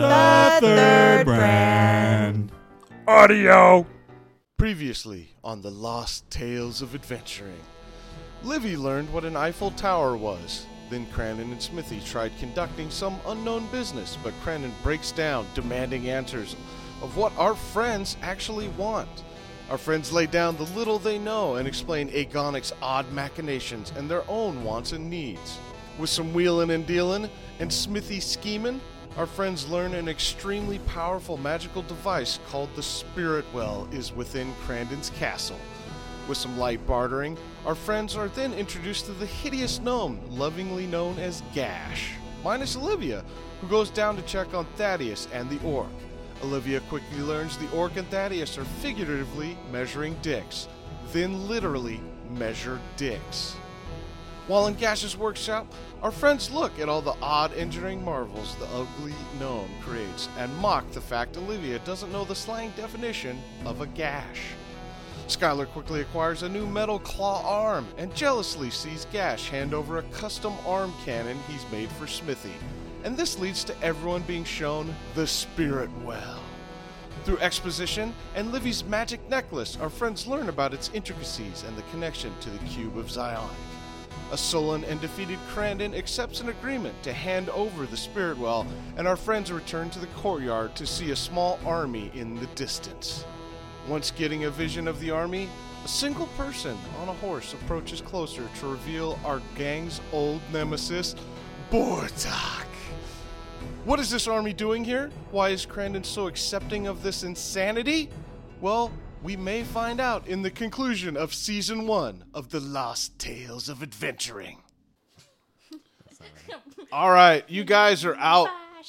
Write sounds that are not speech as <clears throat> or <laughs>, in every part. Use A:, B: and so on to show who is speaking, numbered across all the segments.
A: The third brand.
B: Audio.
C: Previously on the Lost Tales of Adventuring, Livy learned what an Eiffel Tower was. Then Cranon and Smithy tried conducting some unknown business, but Cranon breaks down, demanding answers of what our friends actually want. Our friends lay down the little they know and explain Agonic's odd machinations and their own wants and needs. With some wheeling and dealing and Smithy scheming, our friends learn an extremely powerful magical device called the Spirit Well is within Crandon's castle. With some light bartering, our friends are then introduced to the hideous gnome, lovingly known as Gash, minus Olivia, who goes down to check on Thaddeus and the orc. Olivia quickly learns the orc and Thaddeus are figuratively measuring dicks, then literally measure dicks. While in Gash's workshop, our friends look at all the odd engineering marvels the ugly gnome creates and mock the fact Olivia doesn't know the slang definition of a gash. Skylar quickly acquires a new metal claw arm and jealously sees Gash hand over a custom arm cannon he's made for Smithy. And this leads to everyone being shown the Spirit Well. Through exposition and Livy's magic necklace, our friends learn about its intricacies and the connection to the Cube of Zion. A sullen and defeated Crandon accepts an agreement to hand over the spirit well, and our friends return to the courtyard to see a small army in the distance. Once getting a vision of the army, a single person on a horse approaches closer to reveal our gang's old nemesis, Bortok. What is this army doing here? Why is Crandon so accepting of this insanity? Well, we may find out in the conclusion of season one of The Lost Tales of Adventuring. All right, you guys are out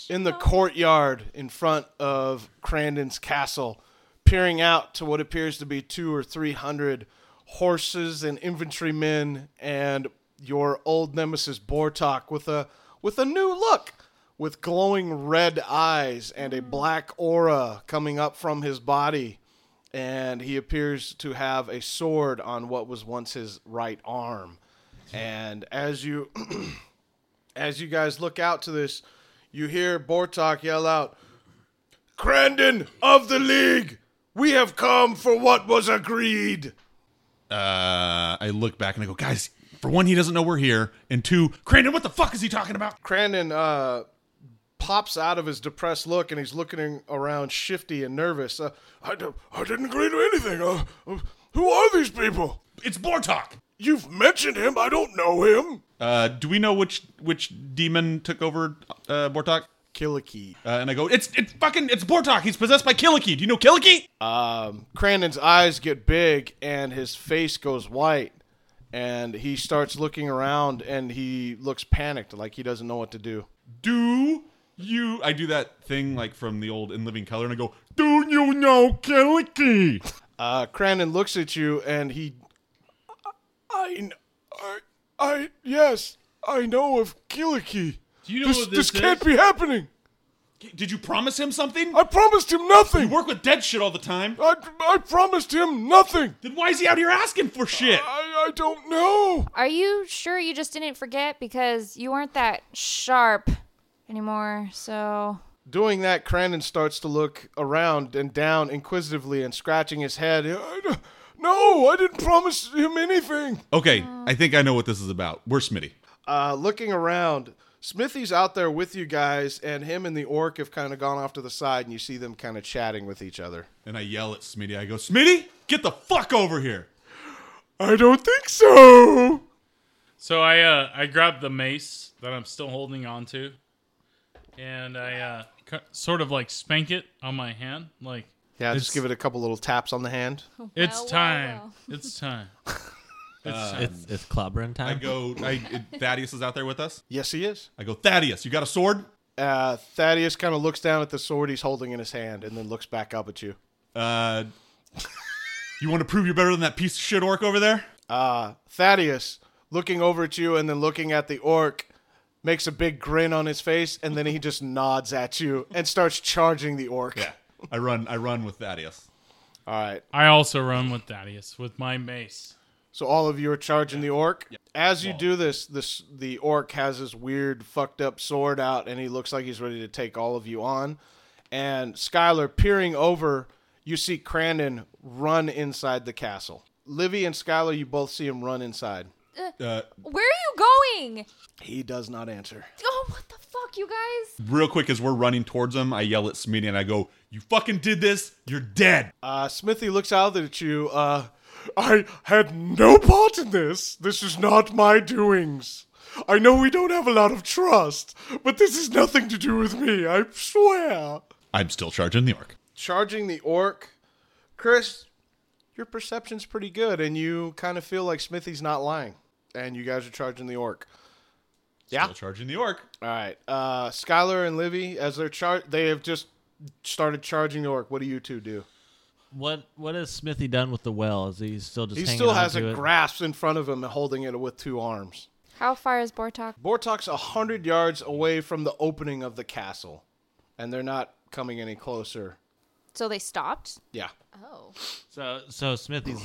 C: in the courtyard in front of Crandon's castle, peering out to what appears to be two or three hundred horses and infantrymen and your old nemesis Bortok with a with a new look, with glowing red eyes and a black aura coming up from his body and he appears to have a sword on what was once his right arm. And as you as you guys look out to this, you hear Bortok yell out, "Crandon of the League, we have come for what was agreed."
B: Uh, I look back and I go, guys. For one, he doesn't know we're here, and two, Crandon, what the fuck is he talking about?
C: Crandon uh, pops out of his depressed look and he's looking around shifty and nervous. Uh, I, d- I didn't agree to anything. Uh, uh, who are these people?
B: It's Bortok.
C: You've mentioned him. I don't know him.
B: Uh, do we know which which demon took over uh, Bortok?
C: Killikey.
B: Uh, and I go, it's it's fucking it's Bortok. He's possessed by Kiliki. Do you know Uh, Kiliki?
C: Um, Crandon's eyes get big and his face goes white. And he starts looking around and he looks panicked, like he doesn't know what to do.
B: do you? I do that thing like from the old In Living Color, and I go, do you know Kiliki?
C: Uh, Crandon looks at you and he. I, I, I, yes, I know of Kiliki.
D: Do you know what this is?
C: be happening.
B: Did you promise him something?
C: I promised him
B: You
C: nothing.
B: work with dead shit all the time.
C: I, I promised him nothing.
B: Then why is he out here asking for shit?
C: I, I don't know.
A: Are you sure you just didn't forget because you weren't that sharp anymore? So
C: Doing that, Crandon starts to look around and down inquisitively and scratching his head. I d- no, I didn't promise him anything.
B: Okay, I think I know what this is about. We're Smitty.
C: Uh, looking around, Smithy's out there with you guys, and him and the orc have kind of gone off to the side, and you see them kind of chatting with each other.
B: And I yell at Smitty. I go, Smitty, get the fuck over here.
C: I don't think so.
D: So I uh, I grabbed the mace that I'm still holding on to, and I uh, cu- sort of like spank it on my hand, like
C: Yeah,
D: It's- Oh.
C: just give it a couple little taps on the hand.
D: it's
A: well,
D: time,
A: well.
D: <laughs> it's time.
E: It's it's clobbering time.
B: I go, I, Thaddeus is out there with us.
C: Yes, he is.
B: I go, Thaddeus, you got a sword?
C: Uh, Thaddeus kind of looks down at the sword he's holding in his hand, and then looks back up at you.
B: Uh, you want to prove you're better than that piece of shit orc over there?
C: Thaddeus, looking over at you and then looking at the orc, makes a big grin on his face, and then he just nods at you and starts charging the orc.
B: I run, I run with Thaddeus.
C: All right.
D: I also run with Thaddeus with my mace.
C: So all of you are charging the orc. As you do this, this the orc has this weird fucked up sword out and he looks like he's ready to take all of you on. And Skylar peering over, you see Crandon run inside the castle. Livy and Skylar, you both see him run inside.
B: Uh,
A: Where are you going?
C: He does not answer.
A: Oh, what the fuck, you guys?
B: real quick, as we're running towards him, I yell at Smitty and I go, "You fucking did this. You're dead."
C: Uh, Smithy looks out at you. Uh, I had no part in this. This is not my doings. I know we don't have a lot of trust, but this is nothing to do with me. I swear.
B: I'm still charging the orc.
C: Charging the orc, Chris. Your perception's pretty good, and you kind of feel like Smithy's not lying. And you guys are charging the orc. Yeah.
B: Still charging the orc.
C: All right. Uh, Skylar and Livy, as they're char, they have just started charging the orc. What do you two do?
E: What What has Smithy done with the well? Is he still just
C: He
E: hanging
C: still
E: on
C: has
E: to
C: a
E: it?
C: grasp in front of him and holding it with two arms.
A: How far is Bortok?
C: Bortok's a hundred yards away from the opening of the castle, and they're not coming any closer.
A: So they stopped?
C: Yeah,
A: Oh.
E: So so Smithy's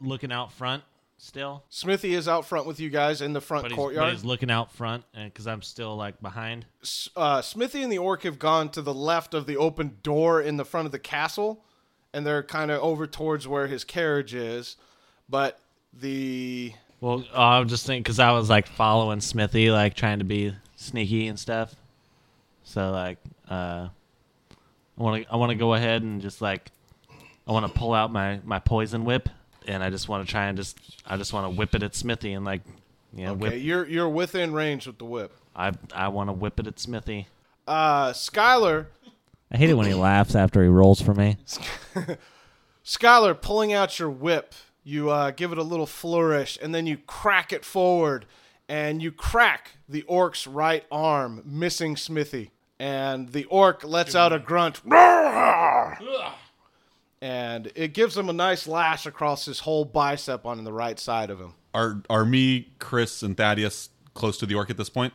E: looking out front still,
C: Smithy is out front with you guys in the front
E: but he's, but
C: courtyard.
E: he's looking out front, and because I'm still like behind.
C: S- uh, Smithy and the orc have gone to the left of the open door in the front of the castle, and they're kind of over towards where his carriage is. But the
E: Well, oh, I'm just thinking because I was like following Smithy, like trying to be sneaky and stuff. So like, uh, I want to I want to go ahead and just like, I want to pull out my my poison whip, and I just want to try and just I just want to whip it at Smithy and like, you know,
C: okay,
E: whip.
C: you're you're within range with the whip.
E: I I want to whip it at Smithy.
C: Uh, Skylar
E: I hate it when he laughs after he rolls for me.
C: Skylar, pulling out your whip, you uh, give it a little flourish, and then you crack it forward, and you crack the orc's right arm, missing Smithy. And the orc lets out a grunt, and it gives him a nice lash across his whole bicep on the right side of him.
B: Are are me, Chris, and Thaddeus close to the orc at this point?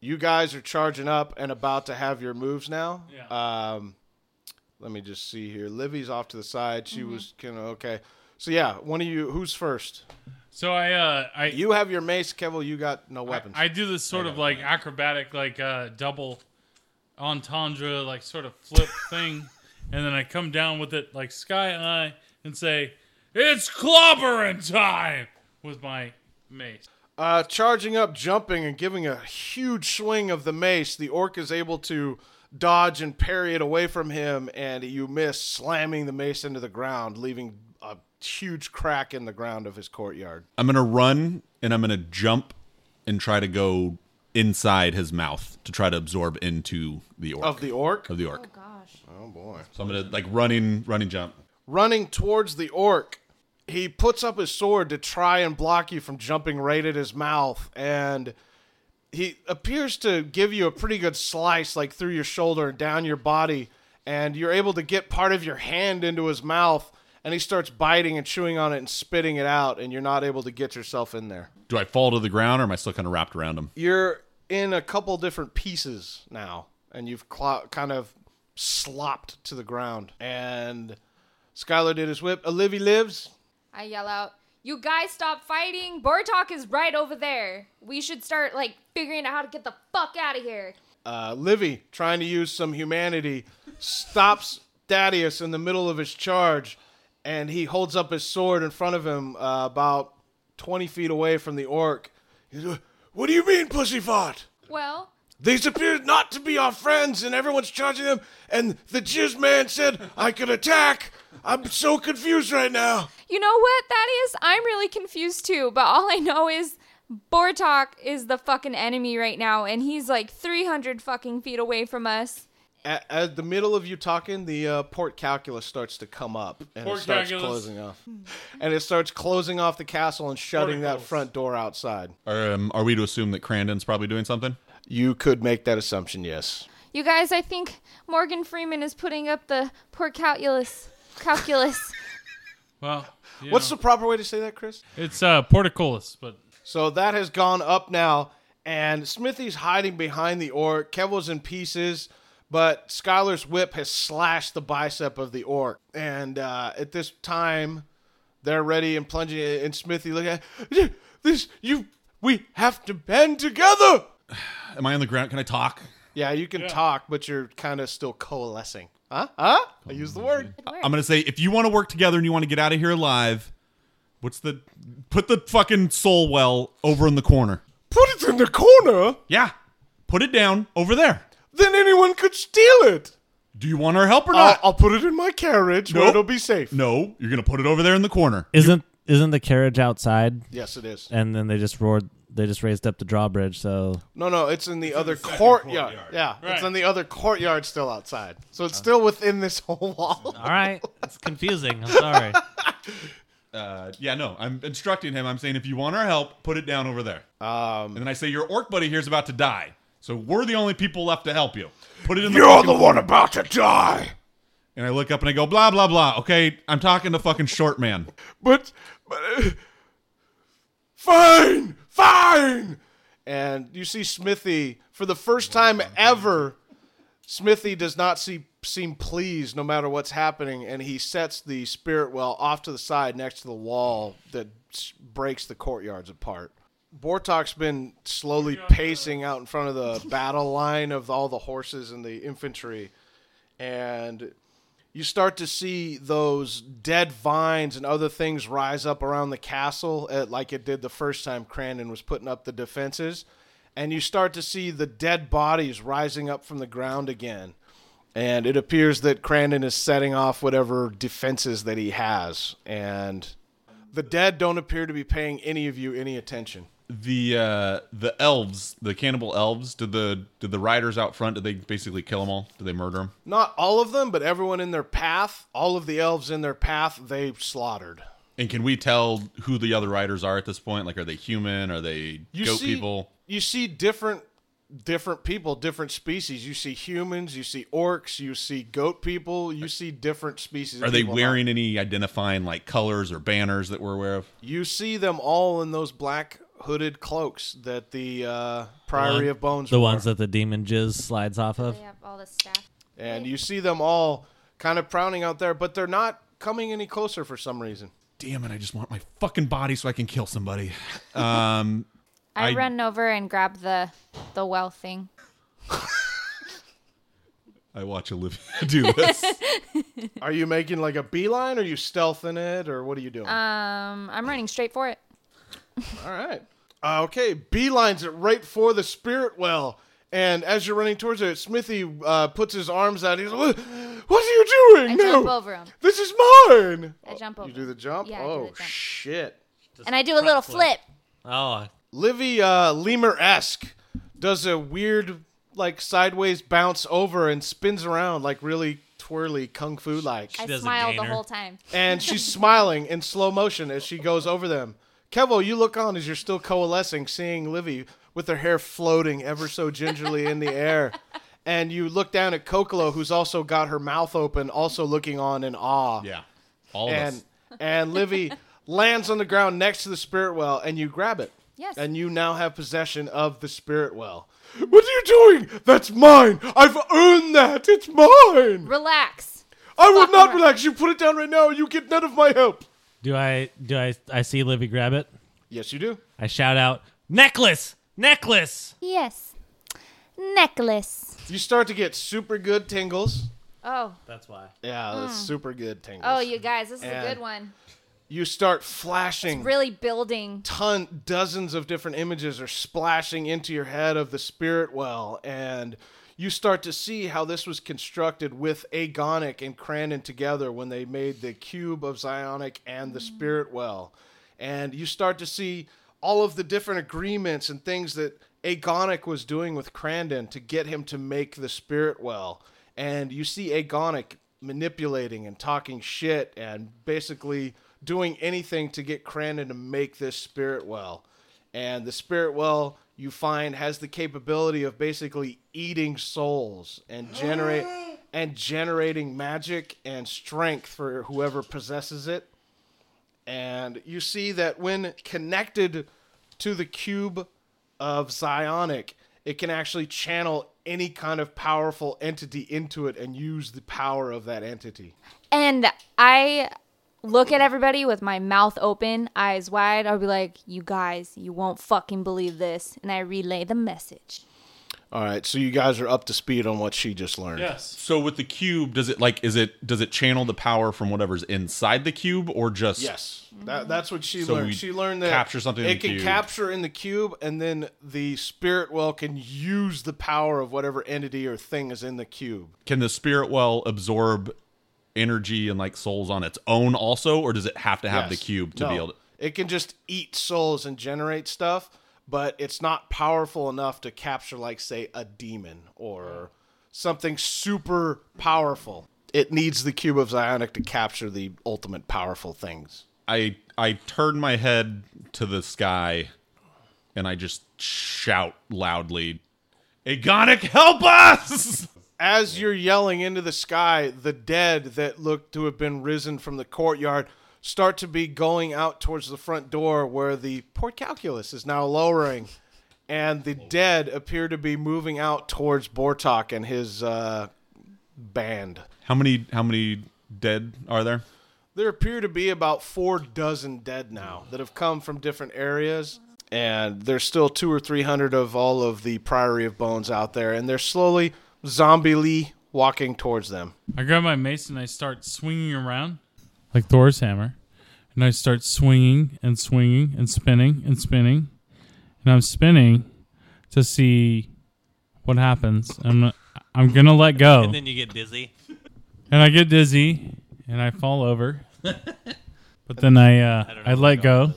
C: You guys are charging up and about to have your moves now.
D: Yeah.
C: Um, let me just see here. Livy's off to the side. She was kind of okay. So yeah, one of you. Who's first?
D: So I uh I
C: You have your mace, Kevil. You got no weapons.
D: I do this sort of like acrobatic, like uh, double entendre, like sort of flip thing, and then I come down with it like sky high and say, "It's clobbering time!" with my mace.
C: uh, charging up, jumping, and giving a huge swing of the mace, the orc is able to dodge and parry it away from him, and you miss, slamming the mace into the ground, leaving a huge crack in the ground of his courtyard.
B: I'm gonna run and I'm gonna jump and try to go inside his mouth to try to absorb into the orc
C: Of the orc?
B: of the orc.
A: Gosh.
C: Oh boy.
B: So I'm gonna like running, running jump.
C: Running towards the orc, he puts up his sword to try and block you from jumping right at his mouth, and he appears to give you a pretty good slice, like through your shoulder and down your body, and you're able to get part of your hand into his mouth, and he starts biting and chewing on it and spitting it out, and you're not able to get yourself in there.
B: Do I fall to the ground or am I still kind of wrapped around him?
C: You're in a couple different pieces now, and you've clo- kind of slopped to the ground. And Skylar did his whip. Olivia lives.
A: I yell out, You guys stop fighting. Bortok is right over there. We should start, like, figuring out how to get the fuck out of here.
C: uh, Livy, trying to use some humanity, stops Thaddeus in the middle of his charge, and he holds up his sword in front of him, uh, about twenty feet away from the orc. He says, "What do you mean, pussyfart?
A: Well,
C: These appear not to be our friends, and everyone's charging them. And the jizz man said I could attack. I'm so confused right now."
A: you know what, Thaddeus? I'm really confused too, but all I know is Bortok is the fucking enemy right now, and he's like 300 fucking feet away from us.
C: At, at the middle of you talking, the uh, port calculus starts to come up and
D: Port
C: it starts
D: calculus.
C: closing off. And it starts closing off the castle and shutting that
D: Porticles.
C: front door outside.
B: Or um, are we to assume that Crandon's probably doing something?
C: You could make that assumption, yes.
A: You guys, I think Morgan Freeman is putting up the poor calculus. <laughs> Calculus.
D: Well, you
C: What's
D: know,
C: the proper way to say that, Chris?
D: it's uh, porticollis, but
C: So that has gone up now, and Smithy's hiding behind the orc. Kevil's in pieces, but Skylar's whip has slashed the bicep of the orc. And uh, at this time, They're ready and plunging, and Smithy look at this. You, we have to band together.
B: Am I on the ground? Can I talk?
C: Yeah, you can talk, but you're kind of still coalescing. Huh? Huh? I use the word.
B: I'm gonna say if you want to work together and you want to get out of here alive, what's the put the fucking soul well over in the corner?
C: Put it in the corner,
B: Yeah, put it down over there.
C: then anyone could steal it.
B: Do you want our help or
C: I'll,
B: not?
C: I'll put it in my carriage where
B: Ah. Nope.
C: it'll be safe.
B: no, you're gonna put it over there in the corner.
F: Isn't isn't the carriage outside?
C: Yes, it is.
F: And then they just roared. They just raised up the drawbridge. So
C: No, no, it's in the other
D: second
C: courtyard. Uh-huh.
D: courtyard.
C: Yeah, it's
D: Right.
C: in the other courtyard, still outside. So it's still within this whole <laughs> wall.
E: All right, it's confusing. I'm sorry.
B: Uh, yeah, no, I'm instructing him. I'm saying if you want our help, put it down over there. Um, and then I say your orc buddy here's about to die, so we're the only people left to help you. Put it in the. fucking-
C: one about to die.
B: And I look up and I go blah blah blah. Okay, I'm talking to fucking short man.
C: But, but uh, fine, fine. And you see Smithy for the first time ever. Smithy does not see, seem pleased no matter what's happening, and he sets the spirit well off to the side next to the wall that s- breaks the courtyards apart. Bortok's been slowly pacing out in front of the battle line of all the horses and the infantry, and you start to see those dead vines and other things rise up around the castle uh like it did the first time Crandon was putting up the defenses. And you start to see the dead bodies rising up from the ground again. And it appears that Crandon is setting off whatever defenses that he has. And the dead don't appear to be paying any of you any attention.
B: the uh the elves, the cannibal elves, did the did the riders out front? Did they basically kill them all? Did they murder them?
C: Not all of them, but everyone in their path, all of the elves in their path, they slaughtered.
B: And can we tell who the other riders are at this point? Like, are they human? Are they goat people?
C: You see different different people, different species. You see humans, you see orcs, you see goat people, you see different species. of
B: Are they
C: people.
B: wearing any identifying like colors or banners that we're aware of?
C: You see them all in those black hooded cloaks that the uh, Priory of Bones.
F: <laughs> the
C: wore.
F: ones that the demon jizz slides off of.
A: They have all the staff.
C: and you see them all kind of prowling out there, but they're not coming any closer for some reason.
B: Damn it! I just want my fucking body so I can kill somebody.
A: I,
B: I-
A: run over and grab the the well thing.
B: I watch Olivia <laughs> do this.
C: Are you making like a beeline? Are you stealthing it, or what are you doing?
A: Um, I'm running straight for it.
C: All right. Uh, okay, beelines it right for the spirit well. And as you're running towards it, Smithy uh, puts his arms out. He's like, "What- What are you doing?
A: I
C: no.
A: jump over him.
C: This is mine.
A: I jump over.
C: You do the jump?
A: Yeah, I Oh, do
C: oh,
A: the jump.
C: shit.
A: and I do a little flip.
E: Oh,
C: Livy uh, Lemur esque does a weird, like, sideways bounce over and spins around, like, really twirly, kung fu like.
A: I
E: does a
A: smiled the
E: gainer.
A: whole time.
C: and she's smiling in slow motion as she goes over them. Kevo, you look on as you're still coalescing, seeing Livy with her hair floating ever so gingerly in the air. And you look down at Kokolo, who's also got her mouth open, also looking on in awe.
B: yeah, all of
C: And
B: us.
C: and <laughs> Livy lands on the ground next to the spirit well, and you grab it.
A: Yes.
C: And you now have possession of the spirit well. What are you doing? That's mine. I've earned that. It's mine.
A: Relax.
C: I will
A: Fucking
C: not
A: right.
C: relax. You put it down right now. You get none of my help.
F: Do I? Do I? I see Livy grab it.
C: Yes, you do.
F: I shout out, necklace, necklace.
A: Yes. Necklace.
C: You start to get super good tingles.
A: Oh.
F: That's why.
C: Yeah, that's super good tingles.
A: Hmm. Oh, you guys, this is a
C: And-
A: good one.
C: You start flashing.
A: Really building.
C: ton dozens of different images are splashing into your head of the spirit well and you start to see how this was constructed with Agonic and Crandon together when they made the cube of Zionic and
A: Hmm.
C: the spirit well and you start to see all of the different agreements and things that Agonic was doing with Crandon to get him to make the spirit well and you see Agonic manipulating and talking shit and basically doing anything to get Crandon to make this spirit well. And the spirit well you find has the capability of basically eating souls and generate and generating magic and strength for whoever possesses it. And you see that when connected to the cube of Zionic, it can actually channel any kind of powerful entity into it and use the power of that entity.
A: And I look at everybody with my mouth open, eyes wide. I'll be like, you guys, you won't fucking believe this. And I relay the message.
C: All right, so you guys are up to speed on what she just learned.
D: Yes.
B: So with the cube, does it like is it does it channel the power from whatever's inside the cube or just
C: Yes, that, that's what she
B: So we
C: learned. She learned that
B: capture something in
C: It
B: the
C: can
B: cube.
C: capture in the cube, and then the spirit well can use the power of whatever entity or thing is in the cube.
B: Can the spirit well absorb energy and like souls on its own also, or does it have to have the
C: Yes.
B: cube to
C: No.
B: be able to?
C: It can just eat souls and generate stuff, but it's not powerful enough to capture, like, say, a demon or something super powerful. It needs the cube of Zionic to capture the ultimate powerful things.
B: I I turn my head to the sky, and I just shout loudly, "Agonic, help us!" <laughs>
C: As you're yelling into the sky, the dead that look to have been risen from the courtyard start to be going out towards the front door where the port calculus is now lowering. And the dead appear to be moving out towards Bortok and his uh, band.
B: How many how many dead are there?
C: There appear to be about four dozen dead now that have come from different areas. And there's still two or three hundred of all of the Priory of Bones out there. And they're slowly, zombie walking towards them.
D: I grab my mace and I start swinging around like Thor's hammer. And I start swinging and swinging and spinning and spinning. And I'm spinning to see what happens. I'm, I'm going to let go.
E: And then you get dizzy.
D: and I get dizzy and I fall
F: <laughs>
D: over. but then I uh, I, let go,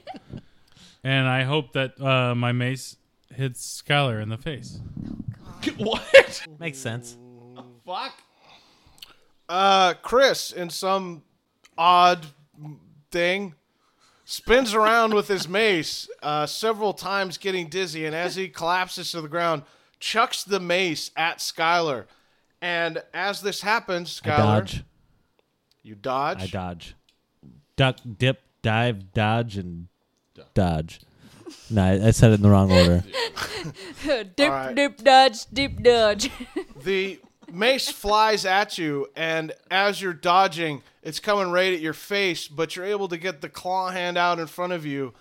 D: <laughs> and I hope that uh, my mace hits Skylar in the face.
B: What?
E: Makes sense.
B: Fuck.
C: uh, Chris, in some odd thing, spins around with his mace uh, several times, getting dizzy, and as he collapses to the ground, chucks the mace at Skylar. And as this happens,
F: I
C: Skylar,
F: dodge.
C: you dodge.
F: I dodge. Duck, dip, dive, dodge, and dodge. No, I, I said it in the wrong order.
A: Uh, dip,
C: right.
A: dip, dodge, dip, dodge.
C: The mace flies at you, and as you're dodging, it's coming right at your face, but you're able to get the claw hand out in front of you,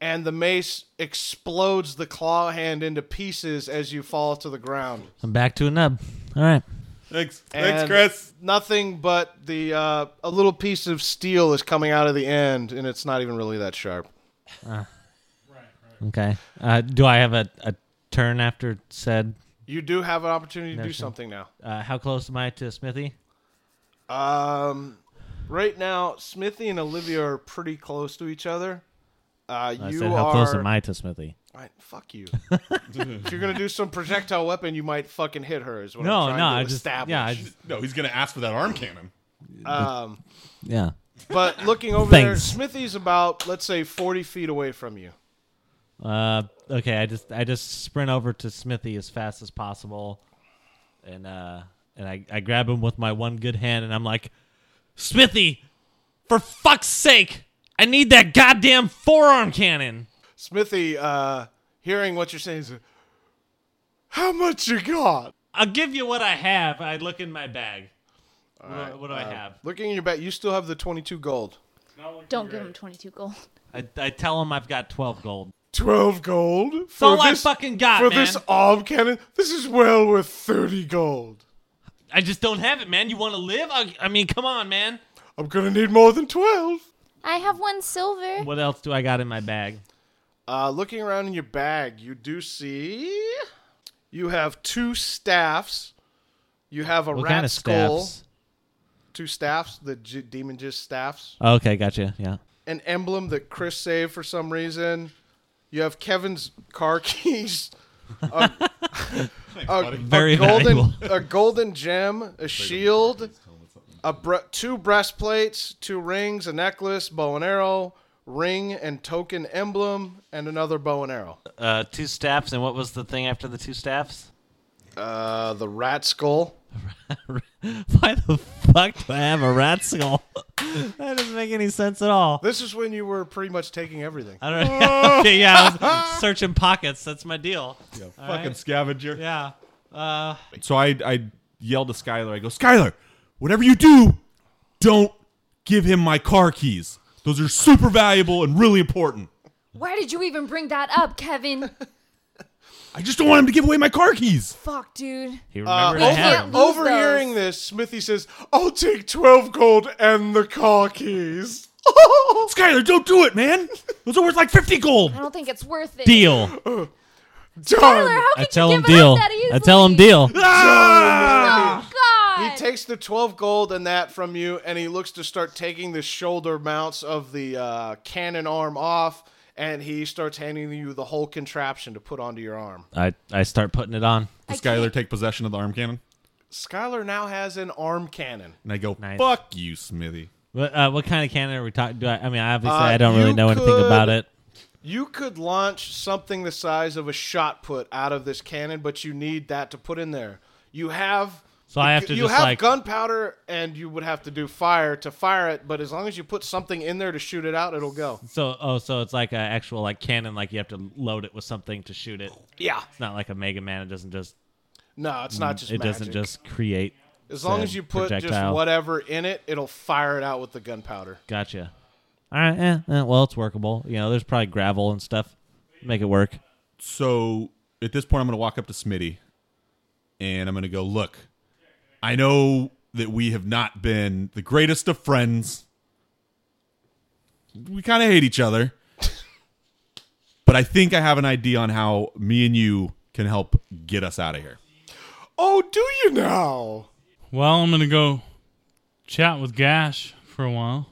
C: and the mace explodes the claw hand into pieces as you fall to the ground.
F: I'm back to a nub. All right.
B: Thanks.
C: And
B: Thanks, Chris.
C: Nothing but the uh, a little piece of steel is coming out of the end, and it's not even really that sharp.
F: Okay. Uh, do I have a, a turn after said?
C: You do have an opportunity to do
F: sure.
C: something now.
F: Uh, how close am I to Smithy?
C: Um, right now, Smithy and Olivia are pretty close to each other. Uh,
F: I
C: you
F: said,
C: are.
F: how close am I to Smithy?
C: All right, fuck
F: <laughs>
C: you. if you're gonna do some projectile weapon, you might fucking hit her. Is what
F: No,
C: I'm trying
F: no,
C: to
F: I just-
C: establish.
F: yeah, I just-
B: No, he's gonna ask for that arm cannon.
C: um,
F: Yeah.
C: but looking over there,
F: Thanks.
C: Smithy's about let's say 40 feet away from you.
F: Uh, okay. I just I just sprint over to Smithy as fast as possible, and uh, and I I grab him with my one good hand, and I'm like, Smithy, for fuck's sake, I need that goddamn forearm cannon.
C: Smithy, uh, hearing what you're saying, is how much you got?
F: I'll give you what I have. I look in my bag. What, do I- what do
C: uh,
F: I have?
C: Looking in your back, you still have the 22 gold.
A: <laughs> Don't give him 22 gold.
F: I, I tell him I've got 12 gold.
C: 12 gold
F: That's all I fucking got,
C: for
F: man.
C: this arm cannon. This is well worth 30 gold.
F: I just don't have it, man. You want to live? I, I mean, come on, man.
C: I'm gonna need more than 12.
A: I have one silver.
F: What else do I got in my bag?
C: Uh, looking around in your bag, you do see you have two staffs. You have a
F: What
C: rat
F: kind of
C: skull,
F: staffs?
C: two staffs, the J- demon just staffs,
F: Oh, okay, gotcha. Yeah.
C: an emblem that Chris saved for some reason. You have Kevin's car <laughs> keys,
B: buddy.
F: Very
C: a golden,
F: valuable.
C: a golden gem, a shield, a bre- two breastplates, two rings, a necklace, bow and arrow, ring and token emblem, and another bow and arrow.
E: Uh, two staffs, and what was the thing after the two staffs?
C: Uh, the rat skull.
F: <laughs> Why the fuck do I have a rat skull? <laughs> that doesn't make any sense at all.
C: This is when you were pretty much taking everything.
F: I don't <laughs> okay, yeah, I was searching pockets. That's my deal.
B: Yeah, fucking scavenger.
F: Yeah. Uh,
B: So I I yelled to Skylar. I go, Skylar, whatever you do, don't give him my car keys. Those are super valuable and really important.
A: Why did you even bring that up, Kevin? <laughs>
B: I just don't want him to give away my car
F: <laughs>
B: keys.
A: Fuck, dude.
E: Uh,
F: He
E: oh,
F: remembered
A: I
F: I had
A: can't
F: him.
A: lose
C: Overhearing
A: those.
C: this, Smithy says, I'll take 12 gold and the car keys.
B: Skyler, don't do it, man. Those are worth like 50 gold.
A: I don't think it's worth it.
F: Deal.
A: Tyler,
C: Done.
A: how could
F: I tell
A: you
F: him
A: give it
F: deal.
A: up that easily?
F: I tell him deal.
E: <laughs>
F: Ah!
A: Oh
C: He
A: God.
C: takes the 12 gold and that from you, and he looks to start taking the shoulder mounts of the uh, cannon arm off, and he starts handing you the whole contraption to put onto your arm.
F: I, I start putting it on.
A: I
B: Does Skyler
A: can't-
B: take possession of the arm cannon?
C: Skylar now has an arm cannon.
B: And I go,
F: Nice.
B: fuck you, Smithy.
F: What, uh, what kind of cannon are we talking? Do I? I mean, obviously,
C: Uh,
F: I don't
C: you
F: really know anything
C: could-
F: about it.
C: You could launch something the size of a shot put out of this cannon, but you need that to put in there. You have
F: So I have to
C: you
F: just,
C: have
F: like-
C: gunpowder, and you would have to do fire to fire it. But as long as you put something in there to shoot it out, it'll go.
F: So, oh, so it's like an actual like cannon. Like you have to load it with something to shoot it.
C: Yeah.
F: It's not like a Mega Man. It doesn't just.
C: No, it's not just
F: Mm, it doesn't
C: magic.
F: just create.
C: As long
F: said
C: as you put just
F: projectile.
C: whatever in it, it'll fire it out with the gunpowder.
F: Gotcha. All right. Eh, eh, well, it's workable. You know, there's probably gravel and stuff. Make it work.
B: So at this point, I'm going to walk up to Smitty and I'm going to go, look, I know that we have not been the greatest of friends. We kind of hate each other. <laughs> but I think I have an idea on how me and you can help get us out of here.
C: Oh, do you now?
D: Well, I'm gonna go chat with Gash for a while.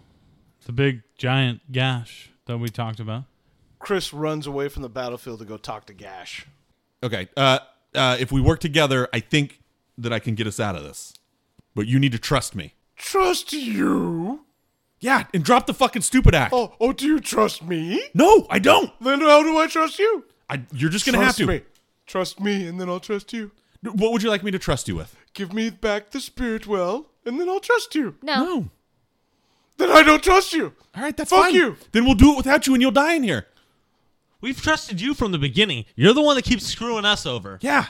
D: The big giant Gash that we talked about.
C: Chris runs away from the battlefield to go talk to Gash.
B: Okay. Uh, uh, if we work together, I think that I can get us out of this. But you need to trust me.
C: Trust you?
B: Yeah, and drop the fucking stupid act.
C: Oh, oh, do you trust me?
B: No, I don't.
C: Then how do I trust you?
B: I, you're just gonna
C: trust
B: have to.
C: me. Trust me, and then I'll trust you.
B: What would you like me to trust you with?
C: Give me back the spirit well, and then I'll trust you.
A: No.
C: Then I don't trust you.
B: Oh, All right, that's
C: Fuck
B: fine.
C: you.
B: Then we'll do it without you, and you'll die in here.
F: We've trusted you from the beginning. You're the one that keeps screwing us over.
B: Yeah.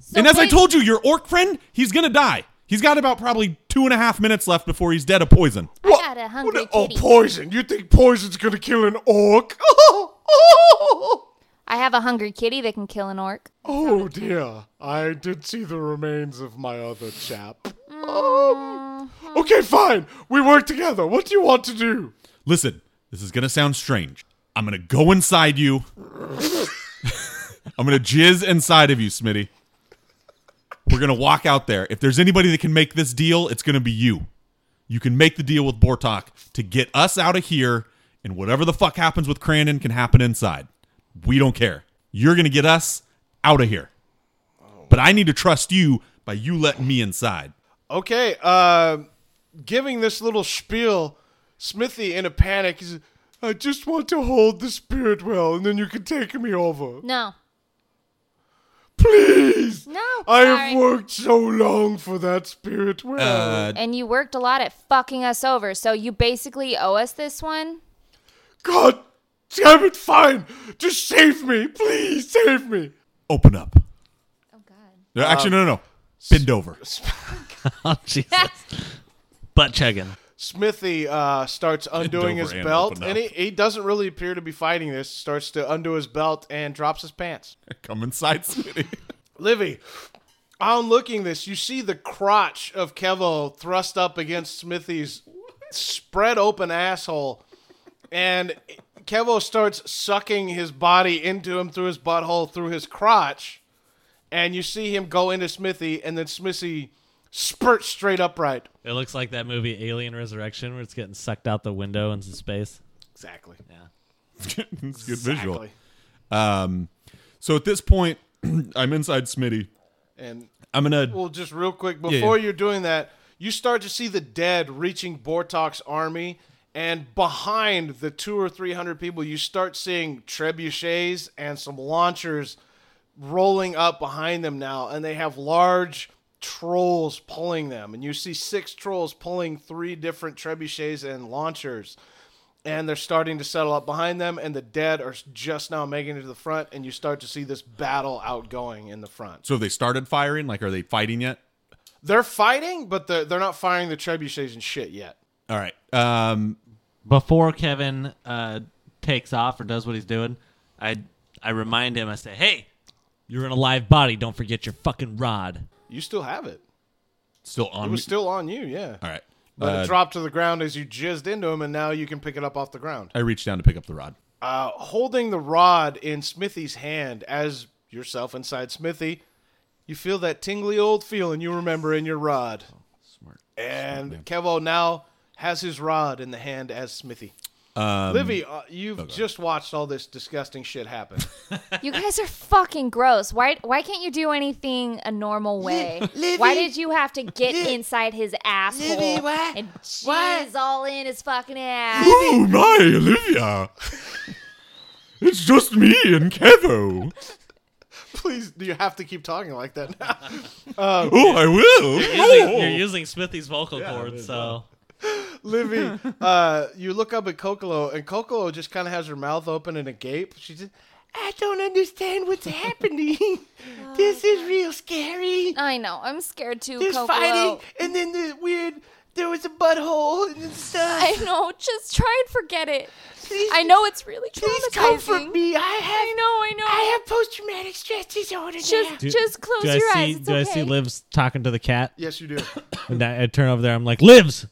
A: So
B: and as I
A: wait-
B: told you, your orc friend, he's gonna die. He's got about probably two and a half minutes left before he's dead of poison.
A: I got a hungry
C: oh,
A: kitty.
C: poison. You think poison's gonna kill an orc? <laughs>
A: I have a hungry kitty that can kill an orc.
C: Oh dear, I did see the remains of my other chap. Um,
A: Mm-hmm.
C: okay, fine. We work together. What do you want to do?
B: Listen, this is gonna sound strange. I'm gonna go inside you. <laughs> I'm gonna jizz inside of you, Smitty. We're gonna walk out there. If there's anybody that can make this deal, it's gonna be you. You can make the deal with Bortok to get us out of here, and whatever the fuck happens with Crandon can happen inside. We don't care. You're gonna get us out of here. But I need to trust you by you letting me inside.
C: Okay, uh, giving this little spiel, Smithy in a panic is. I just want to hold the spirit well, and then you can take me over.
A: No.
C: Please.
A: No.
C: I
A: sorry.
C: have worked so long for that spirit well.
B: Uh,
A: And you worked a lot at fucking us over, so you basically owe us this one.
C: God damn it! Fine, just save me, please save me.
B: open up.
A: Oh God.
B: No, Actually, no, no, no. Bend over.
F: <laughs>
B: <laughs>
F: Oh, Jesus. Butt chugging.
C: Smithy uh, starts undoing
B: over
C: his
B: and
C: belt,
B: open up.
C: and he, he doesn't really appear to be fighting this. Starts to undo his belt and drops his pants.
B: Come inside, Smitty.
C: Livy, on looking this, you see the crotch of Kevo thrust up against Smithy's spread open asshole, and Kevo starts sucking his body into him through his butthole through his crotch, and you see him go into Smithy, and then Smithy spurts straight upright.
F: It looks like that movie Alien Resurrection where it's getting sucked out the window into space.
C: Exactly.
B: it's good visual.
C: Exactly.
B: Um, so at this point, <clears throat> I'm inside Smitty.
C: And
B: I'm gonna.
C: Well, just real quick before
B: yeah.
C: you're doing that, you start to see the dead reaching Bortok's army, and behind the two or three hundred people, you start seeing trebuchets and some launchers rolling up behind them now, and they have large trolls pulling them, and you see six trolls pulling three different trebuchets and launchers. And they're starting to settle up behind them, and the dead are just now making it to the front, and you start to see this battle outgoing in the front.
B: So they started firing. Like, are they fighting yet?
C: They're fighting, but they're, they're not firing the trebuchets and shit yet.
B: All right. Um,
F: before Kevin uh, takes off or does what he's doing, I I remind him. I say, "Hey, you're in a live body. Don't forget your fucking rod."
C: You still have it.
B: still on.
C: It was
B: me-
C: still on you, yeah.
B: Mm. All right.
C: Let
B: Uh,
C: it drop to the ground as you jizzed into him, and now you can pick it up off the ground.
B: I reached down to pick up the rod.
C: Uh, holding the rod in Smithy's hand as yourself inside Smithy, you feel that tingly old feeling you remember in your rod.
B: Oh,
C: Smart. And Kevo now has his rod in the hand as Smithy.
B: Um,
C: Livy, uh, you've just watched all this disgusting shit happen.
A: <laughs>
B: <laughs>
A: You guys are fucking gross. Why why can't you do anything a normal way? why did you have to get inside his asshole and jizz all in his fucking ass?
B: Oh my, Olivia! <laughs> it's just me and Kevo.
C: Please, do you have to keep talking like that now?
B: Oh, I will.
F: You're using Smithy's vocal cords, so
C: Livy, uh, you look up at Kokolo, and Kokolo just kind of has her mouth open and agape. She just, I don't understand what's
A: <laughs>
C: happening. <laughs>
A: Oh,
C: this is real scary.
A: I know. I'm scared too,
C: There's
A: Kokolo.
C: fighting, and then the weird, there was a butthole and then stuff.
A: I know. Just try and forget it.
C: Please-
A: I know it's really
C: Please
A: traumatizing.
C: comfort me. I have,
A: I know. I know.
C: I have post-traumatic stress disorder now.
A: just just close
F: do
A: your
F: I see,
A: eyes. It's
F: do
A: okay.
F: I see Livs talking to the cat?
C: Yes, you do.
F: And I, I turn over there. I'm like, Livs,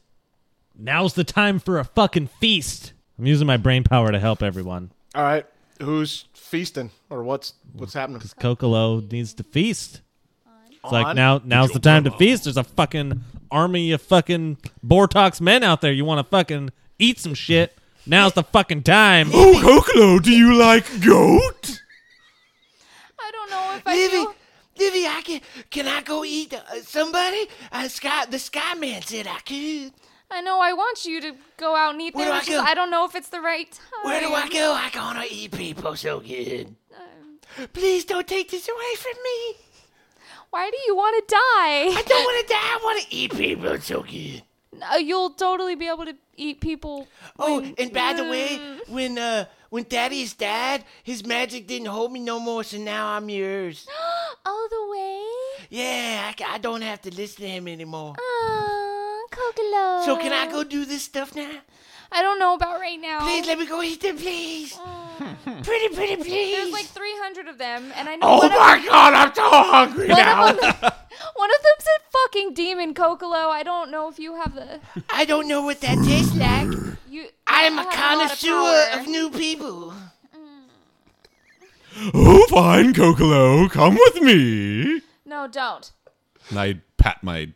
F: now's the time for a fucking feast. I'm using my brain power to help everyone
C: All right, who's feasting or what's what's happening?
F: because Kokolo needs to feast. It's
C: On
F: like now, now's the time to feast. There's a fucking army of fucking Bortox men out there. You want to fucking eat some shit? Now's the fucking time.
B: Oh, Kokolo, do you like goat?
A: I don't know if I do.
C: Livy, I can, can I go eat uh, somebody? Uh, Sky, the Sky Man said I could.
A: I know. I want you to go out and eat
C: Where
A: there.
C: do I
A: it's just
C: go?
A: I don't know if it's the right time.
C: Where do I go? I gonna eat people so good. Please don't take this away from me.
A: Why do you want to die?
C: I don't want to die. I want to eat people so good.
A: Uh, you'll totally be able to eat people.
C: Oh, and by the way, when uh when Thaddeus died, his magic didn't hold me no more, so now I'm yours.
A: all the way.
C: Yeah, I, ca- I don't have to listen to him anymore.
A: Aw, Kokolo.
C: So can I go do this stuff now?
A: I don't know about right now.
C: Please let me go eat them, please. Pretty, pretty, please.
A: There's like 300 of them, and I know
C: Oh
A: one of
C: my god, I'm so hungry
A: One
C: now.
A: of, them, one of them's a fucking demon, Kokolo. I don't know if you have the.
C: I don't know what that tastes like.
A: You.
C: I am a
A: have lot of
C: connoisseur
A: power.
C: of new people.
B: Oh, fine, Kokolo, come with me.
A: No, don't.
B: And I pat my.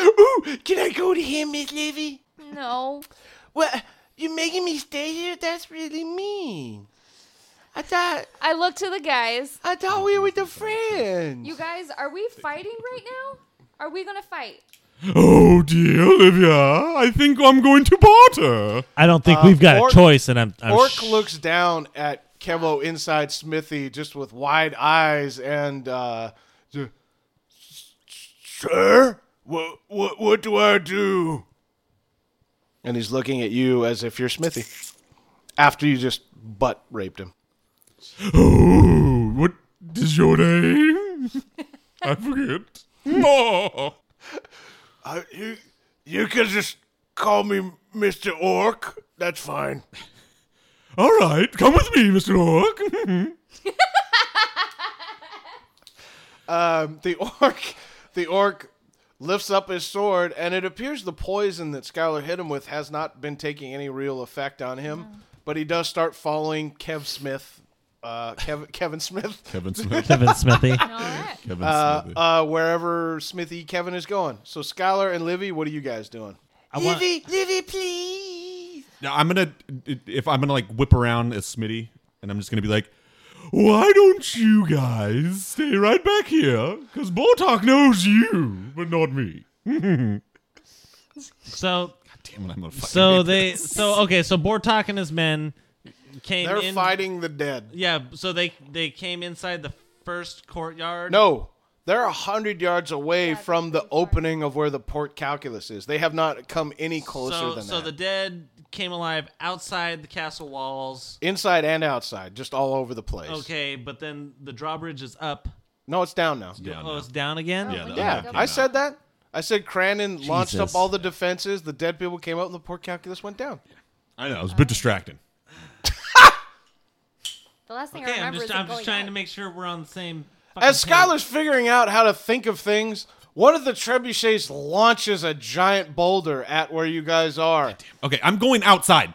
C: Ooh, can I go to him, Miss Livy?
A: No.
C: What? You're making me stay here? That's really mean. I thought
A: I look to the guys.
C: I thought we were the friends.
A: You guys, are we fighting right now? Are we gonna fight?
B: Oh dear, Olivia, I think I'm going to barter.
F: I don't think we've got
C: Orc-
F: a choice, and I'm. I'm
C: Orc
F: sh-
C: looks down at Kevo inside Smithy just with wide eyes and, uh, j- Sir? What, what, what do I do? And he's looking at you as if you're Smithy after you just butt raped him.
B: Oh, what is your name? <laughs> I forget. Oh.
C: I, Uh, you, you can just call me Mr. Orc. That's fine.
B: All right, come with me, Mr. Orc. <laughs>
C: um, the <laughs> orc, the orc lifts up his sword, and it appears the poison that Skylar hit him with has not been taking any real effect on him. But he does start following Kev Smith, uh, Kev, <laughs> Kevin Smith,
B: Kevin
C: <laughs>
B: Smith.
F: Kevin Smithy.
A: All right.
B: Kevin
C: uh,
B: Smith.
C: uh, wherever Smithy Kevin is going. So Skylar and Livy, what are you guys doing? Livy, Livy, please.
B: Now, I'm gonna if I'm gonna like whip around as Smitty, and I'm just gonna be like, "Why don't you guys stay right back here? Because Botok knows you, but not me."
F: So
B: Damn it, I'm gonna fucking
F: So
B: hate
F: they so okay, so Bortok and his men came
C: They're
F: in
C: fighting the dead.
F: Yeah, so they they came inside the first courtyard.
C: No. They're a hundred yards away from the opening of where the port calculus is. They have not come any closer
F: so
C: than
F: so
C: that.
F: the dead came alive outside the castle walls.
C: Inside and outside, just all over the place.
F: Okay, but then the drawbridge is up.
C: No, it's down now.
B: this. Down
F: oh,
B: now.
F: it's down again?
B: Yeah,
A: we
B: the other
A: gotta
C: Yeah,
A: go
B: came
C: I
B: out.
C: said that. I said Cranon launched up
F: Jesus.
C: all the defenses. The dead people came up, and the poor calculus went down.
B: I know it was a bit distracting.
A: The last thing I
E: Okay, I'm
A: remember
E: just
A: is it
E: I'm just
A: going
E: trying
A: up.
E: to make sure we're on the same.
C: As
E: fucking page.
C: Skylar's figuring out how to think of things, one of the trebuchets launches a giant boulder at where you guys are.
B: Okay, I'm going outside.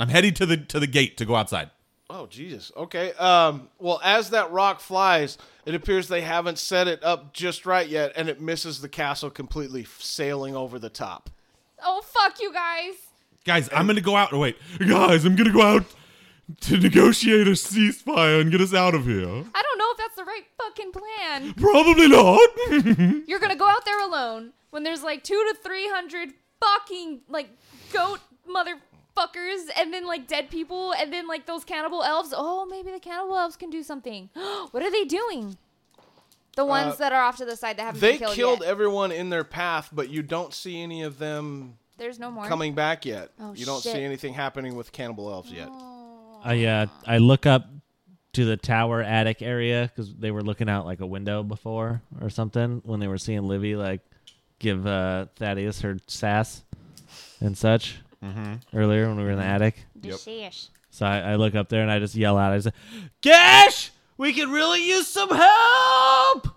B: I'm heading to the to the gate to go outside.
C: Oh Jesus. Okay. Um, well, as that rock flies, it appears they haven't set it up just right yet, and it misses the castle completely, f- sailing over the top.
A: Oh fuck you guys!
B: Guys, I'm gonna go out. oh, Wait, guys, I'm gonna go out to negotiate a ceasefire and get us out of here.
A: I don't know if that's the right fucking plan.
B: Probably not.
A: You're gonna go out there alone when there's like two to three hundred fucking like goat motherfuckers, and then like dead people, and then like those cannibal elves. Oh, maybe the cannibal elves can do something. <gasps> what are they doing? The ones that are off to the side that
C: Uh,
A: haven't
C: They
A: been killed,
C: killed,
A: yet.
C: everyone in their path, but you don't see any of them
A: There's no more.
C: coming back yet.
A: Oh,
C: you don't
A: shit.
C: see anything happening with cannibal elves yet.
A: Oh,
F: I uh, I look up to the tower attic area because they were looking out like a window before or something when they were seeing Livy like give uh, Thaddeus her sass and such
E: Mm-hmm.
F: earlier when we were in the attic. So I, I look up there and I just yell out. I say, "Gash, we could really use some help!"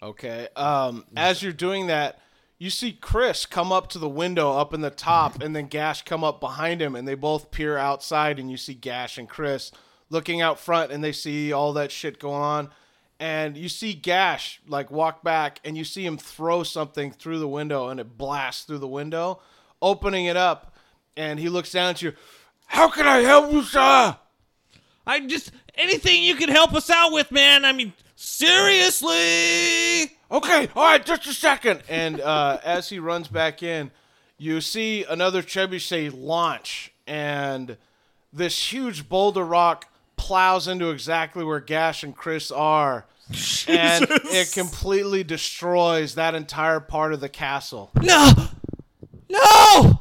C: Okay. Um, as you're doing that, you see Chris come up to the window up in the top, and then Gash come up behind him, and they both peer outside, and you see Gash and Chris looking out front, and they see all that shit going on. And you see Gash like walk back, and you see him throw something through the window, and it blasts through the window, opening it up. And he looks down at you. How can I help you, sir?
E: I just anything you can help us out with, man. I mean, seriously.
C: okay, all right, just a second. And uh, as he runs back in, you see another trebuchet launch, and this huge boulder rock plows into exactly where Gash and Chris are. And it completely destroys that entire part of the castle.
E: No, no.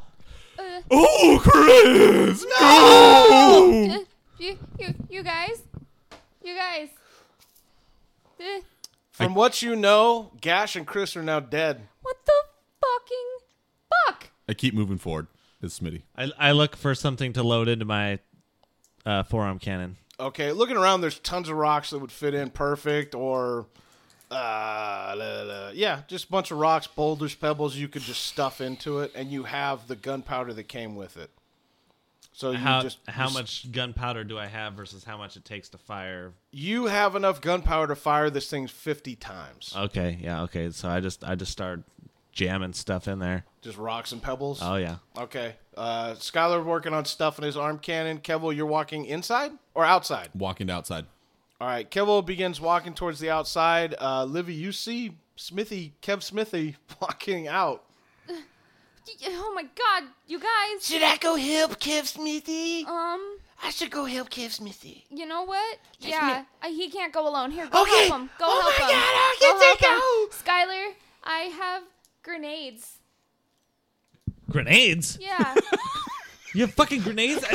B: oh, Chris!
A: Uh, you, you, you guys, you guys. Uh,
C: From what you know, Gash and Chris are now dead.
A: what the fucking fuck?
B: I keep moving forward. It's Smitty.
F: I, I look for something to load into my uh, forearm cannon.
C: Okay, looking around, there's tons of rocks that would fit in perfect, or uh, la, la, la. yeah, just a bunch of rocks, boulders, pebbles. You could just stuff into it, and you have the gunpowder that came with it. So you
F: How
C: just
F: how much gunpowder do I have versus how much it takes to fire?
C: you have enough gunpowder to fire this thing 50 times.
F: Okay, yeah, okay. So I just I just start jamming stuff in there.
C: just rocks and pebbles.
F: Oh yeah.
C: okay, uh, Skylar working on stuffing his arm cannon. Kevil, you're walking inside or outside.
B: Walking outside.
C: All right, Kevo begins walking towards the outside. Uh, Livy, you see Smithy, Kev Smithy, <laughs> walking out.
A: Y- Oh my god, you guys.
G: Should I go help Kev Smithy?
A: Um,
G: I should go help Kev Smithy.
A: you know what? yeah, uh, he can't go alone. Here, go
G: Okay.
A: help him. Go
G: Oh
A: help
G: my
A: him.
G: God, I'll
A: go
G: get
A: help him. Skylar, I have grenades.
E: Grenades.
G: <laughs>
A: Yeah.
E: You have fucking
F: <laughs>
E: grenades.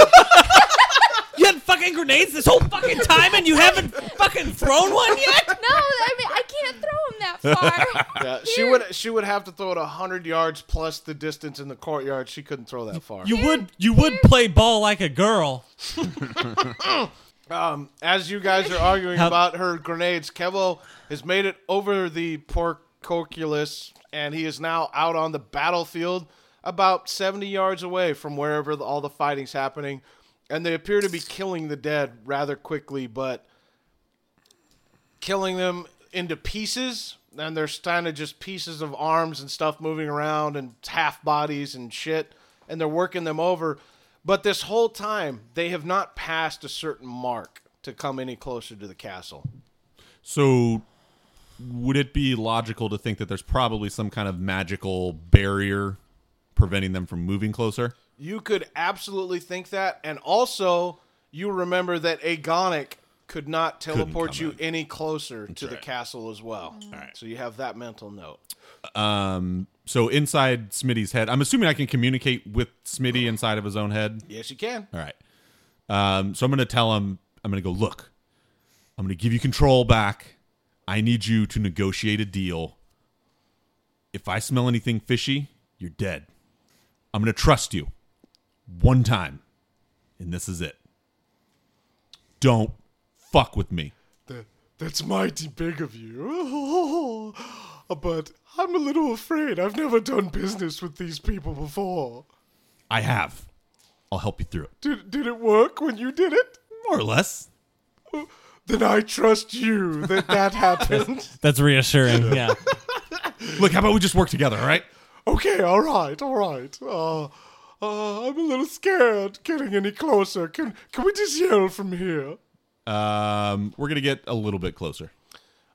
E: you had fucking grenades this whole fucking time, and you haven't fucking thrown one
A: no,
E: yet.
A: I mean I can't throw him that
G: <laughs>
A: far.
C: Yeah, she
A: Here.
C: would she would have to throw it hundred yards plus the distance in the courtyard. She couldn't throw that far.
E: You would you would play ball like a girl.
C: um, as you guys are arguing
F: How-
C: about her grenades, Kevo has made it over the porcoculus, and he is now out on the battlefield, about seventy yards away from wherever the, all the fighting's happening, and they appear to be killing the dead rather quickly, but killing them into pieces. And there's kind of just pieces of arms and stuff moving around and half bodies and shit. And they're working them over. But this whole time, they have not passed a certain mark to come any closer to the castle.
B: So, would it be logical to think that there's probably some kind of magical barrier preventing them from moving closer?
C: You could absolutely think that. And also, you remember that Agonic could not teleport
B: come
C: you
B: in.
C: any closer to the
B: right.
C: castle as well. So you have that mental note.
B: So inside Smitty's head, I'm assuming I can communicate with Smitty inside of his own head.
C: Yes, you can.
B: All right. Um, so I'm going to tell him, I'm going to go, look, I'm going to give you control back. I need you to negotiate a deal If I smell anything fishy, you're dead. I'm going to trust you one time. And this is it. Don't fuck with me.
C: That, that's mighty big of you. <laughs> but I'm a little afraid. I've never done business with these people before.
B: I have. I'll help you through it.
C: Did, did it work when you did it?
B: More or less.
C: Then I trust you <laughs> that that happened.
E: <laughs>
F: That's reassuring. Yeah.
B: Look, how about we just work together, all right?
C: okay, all right, all right. Uh, uh, I'm a little scared getting any closer. Can can we just yell from here?
B: Um, we're going to get a little bit closer.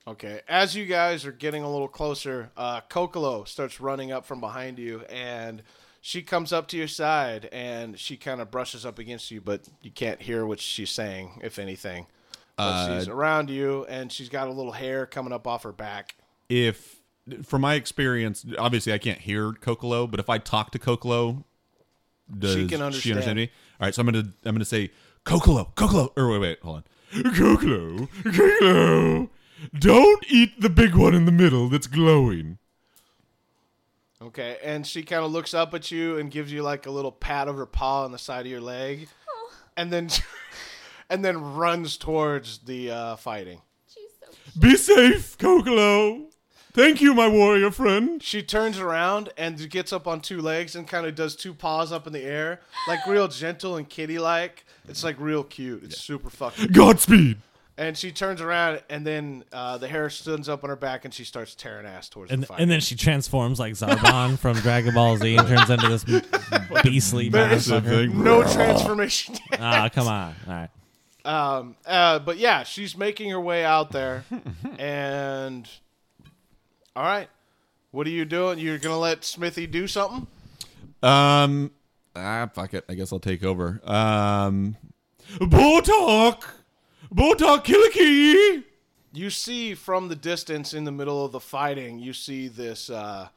C: Okay. As you guys are getting a little closer, uh, Kokolo starts running up from behind you, and she comes up to your side, and she kind of brushes up against you, but you can't hear what she's saying, if anything. But she's around you, and she's got a little hair coming up off her back.
B: if from my experience, obviously I can't hear Kokolo, but if I talk to Kokolo, does she,
C: can understand.
B: understand me? All right, so I'm gonna I'm gonna say Kokolo, Kokolo, or wait, wait, hold on, Kokolo, Kokolo, don't eat the big one in the middle that's glowing.
C: Okay, and she kind of looks up at you and gives you like a little pat of her paw on the side of your leg, and then <laughs> and then runs towards the uh, fighting.
A: She's so
B: Be safe, Kokolo. Thank you, my warrior friend.
C: She turns around and gets up on two legs and kind of does two paws up in the air, like real gentle and kitty like. It's like real cute. It's super fucking.
B: Godspeed.
C: And she turns around and then uh, the hair stands up on her back and she starts tearing ass towards
F: And
C: the fight.
F: and then she transforms like Zarbon from Dragon Ball Z and turns into this beastly
C: There's
F: motherfucker.
C: no transformation. <laughs>
F: Ah, come on. All right.
C: um, uh, but yeah, she's making her way out
F: <laughs>
C: there, and all right, what are you doing? You're gonna let Smithy do something?
B: Um, ah, fuck it. I guess I'll take over. Um, Botok, Botok, Kiliki.
C: you see from the distance in the middle of the fighting, you see this uh,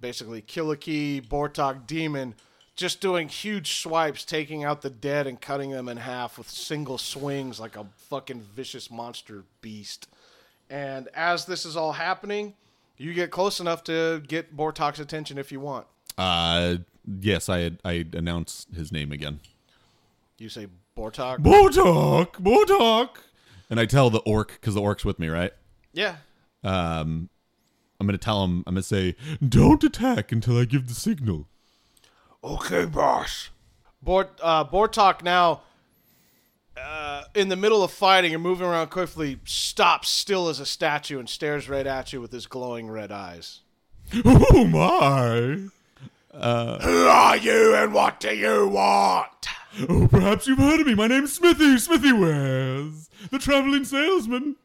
C: basically Kiliki Bortok demon just doing huge swipes, taking out the dead and cutting them in half with single swings like a fucking vicious monster beast. And as this is all happening, you get close enough to get Bortok's attention if you want.
B: Uh, yes, I I announce his name again.
C: You say Bortok?
B: Botok, Botok, and I tell the orc because the orc's with me, right?
C: Yeah.
B: Um, I'm gonna tell him. I'm gonna say, "Don't attack until I give the signal."
C: Okay, boss. Bort, uh, Bortok now, uh, in the middle of fighting and moving around quickly, stops still as a statue and stares right at you with his glowing red eyes.
B: Oh my!
C: Who are you and what do you want?
B: Oh, perhaps you've heard of me. My name's Smithy. Smithy Wares, the traveling salesman.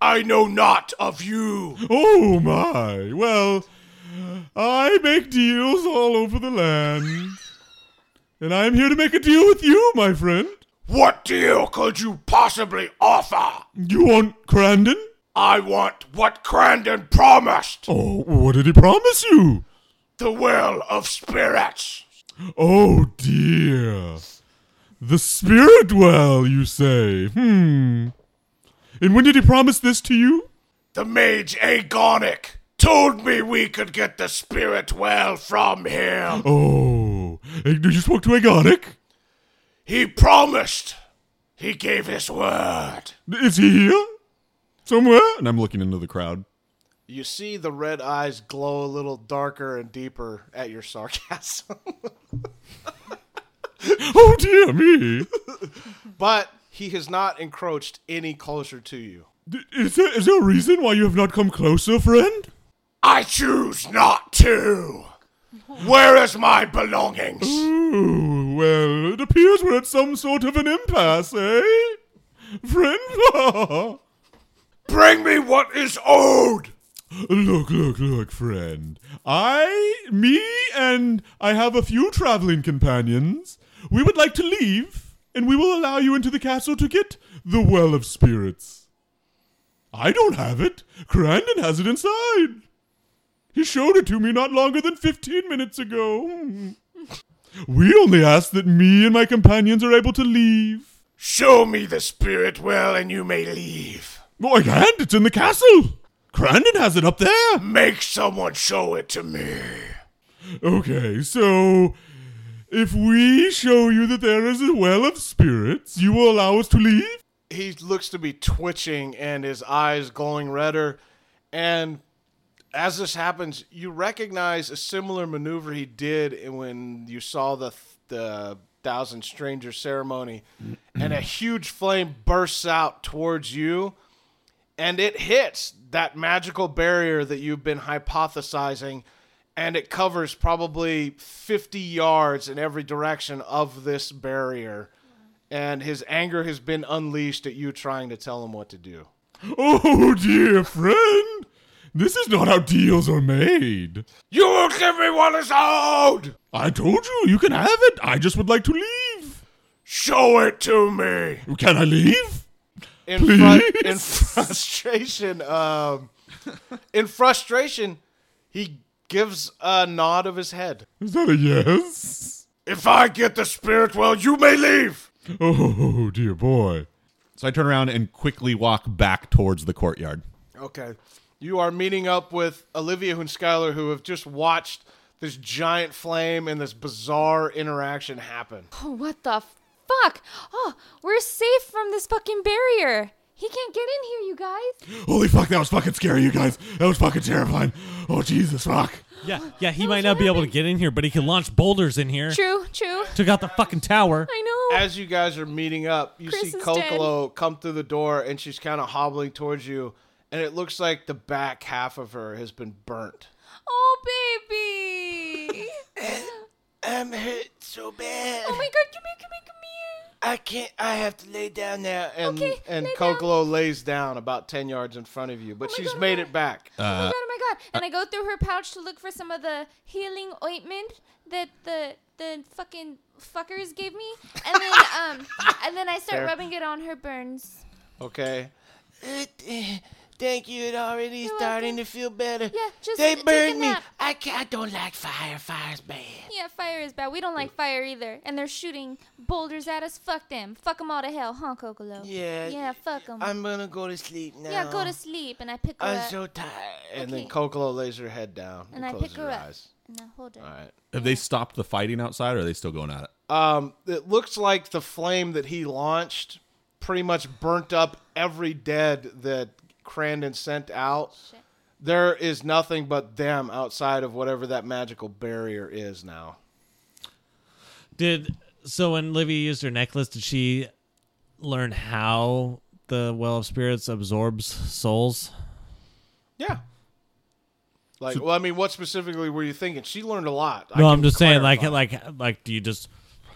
C: I know not of you.
B: Oh my! Well, I make deals all over the land, and I'm here to make a deal with you, my friend.
C: What deal could you possibly offer?
B: You want Crandon?
C: I want what Crandon promised
B: Oh, what did he promise you?
C: the will of spirits.
B: Oh dear. The spirit dwell, you say. Hmm. And when did he promise this to you?
C: The mage Agonic told me we could get the spirit well from him.
B: Oh. Did you spoke to Agonic?
C: He promised. He gave his word.
B: Is he here? Somewhere? And I'm looking into the crowd.
C: You see the red eyes glow a little darker and deeper at your sarcasm. <laughs>
B: Oh dear me. <laughs>
C: but he has not encroached any closer to you.
B: Is there, is there a reason why you have not come closer, friend?
C: I choose not to. Where is my belongings?
B: Ooh, well, it appears we're at some sort of an impasse, eh? Friend? <laughs>
C: Bring me what is owed.
B: Look, look, look, friend. I, me, and I have a few traveling companions. We would like to leave, and we will allow you into the castle to get the Well of Spirits. I don't have it. Crandon has it inside. He showed it to me not longer than 15 minutes ago. Hmm. We only ask that me and my companions are able to leave.
C: Show me the spirit well and you may leave.
B: Oh, I can't. It's in the castle. Crandon has it up there.
C: Make someone show it to me.
B: Okay, so if we show you that there is a well of spirits, you will allow us to leave?
C: He looks to be twitching and his eyes glowing redder. And as this happens, you recognize a similar maneuver he did in- when you saw the the Thousand Stranger ceremony, and a huge flame bursts out towards you, and it hits that magical barrier that you've been hypothesizing, and it covers probably 50 yards in every direction of this barrier. And his anger has been unleashed at you trying to tell him what to do.
B: Oh, <laughs> dear friend, this is not how deals are made.
C: You won't give me what is owed!
B: I told you, you can have it. I just would like to leave.
C: Show it to me.
B: Can I leave?
C: In, fru-
B: Please?
C: in <laughs> frustration, um, in frustration, he gives a nod of his head.
B: Is that a yes?
C: If I get the spirit well, you may leave.
B: Oh, dear boy. So I turn around and quickly walk back towards the courtyard.
C: Okay, you are meeting up with Olivia and Skylar, who have just watched this giant flame and this bizarre interaction happen.
A: Oh, what the fuck? Oh, we're safe from this fucking barrier. He can't get in here, you guys.
B: Holy fuck, that was fucking scary, you guys. That was fucking terrifying. Oh, Jesus, fuck.
F: Yeah, yeah, he
A: was
F: might not be able to
A: happening?
F: get in here, but he can launch boulders in here.
A: True, true.
F: Took out the fucking tower.
A: I know.
C: as you guys are meeting up, you
A: Chris
C: see
A: is dead.
C: Kokolo come through the door and she's kind of hobbling towards you, and it looks like the back half of her has been burnt.
A: Oh, baby.
G: <laughs> I'm hurt so bad.
A: oh my god, come here, come here, come here.
G: I can't. I have to lay down now.
C: And
A: Okay,
C: and
A: lay down.
C: Kokolo lays down about ten yards in front of you, but
A: my
C: she's
A: God,
C: made
A: oh
C: it back.
A: oh my god, oh my god.
C: uh,
A: And I go through her pouch to look for some of the healing ointment that the the fucking fuckers gave me,
C: <laughs>
A: and then um, and then I start
C: Fair.
A: rubbing it on her burns.
C: Okay,
G: Uh, th- thank you. It already
A: You're
G: starting
A: welcome.
G: to feel better.
A: Yeah, just
G: they
A: take a
G: burned me.
A: nap.
G: I, ca I don't like fire. Fire's bad.
A: Yeah, fire is bad. We don't like fire either. And they're shooting boulders at us. Fuck them. Fuck them all to hell, huh, Kokolo?
G: Yeah.
A: Yeah, fuck them.
G: I'm gonna go to sleep now.
A: Yeah, go to sleep. And I pick her
G: I'm
A: up.
G: so tired.
C: and then
A: Okay.
C: Kokolo lays her head down and,
A: and I
C: closes
A: pick her
C: her
A: up.
C: eyes.
A: And I hold her.
C: All right.
B: Have they stopped the fighting outside, or are they still going at it?
C: Um, it looks like the flame that he launched pretty much burnt up every dead that Crandon sent out. There is nothing but them outside of whatever that magical barrier is now.
F: Did so when Livy used her necklace, did she learn how the Well of Spirits absorbs souls?
C: Yeah. Like, well, I mean, what specifically were you thinking? She learned a lot. I
F: No, I'm
C: can
F: just saying, like,
C: clarify.
F: like, like, do you just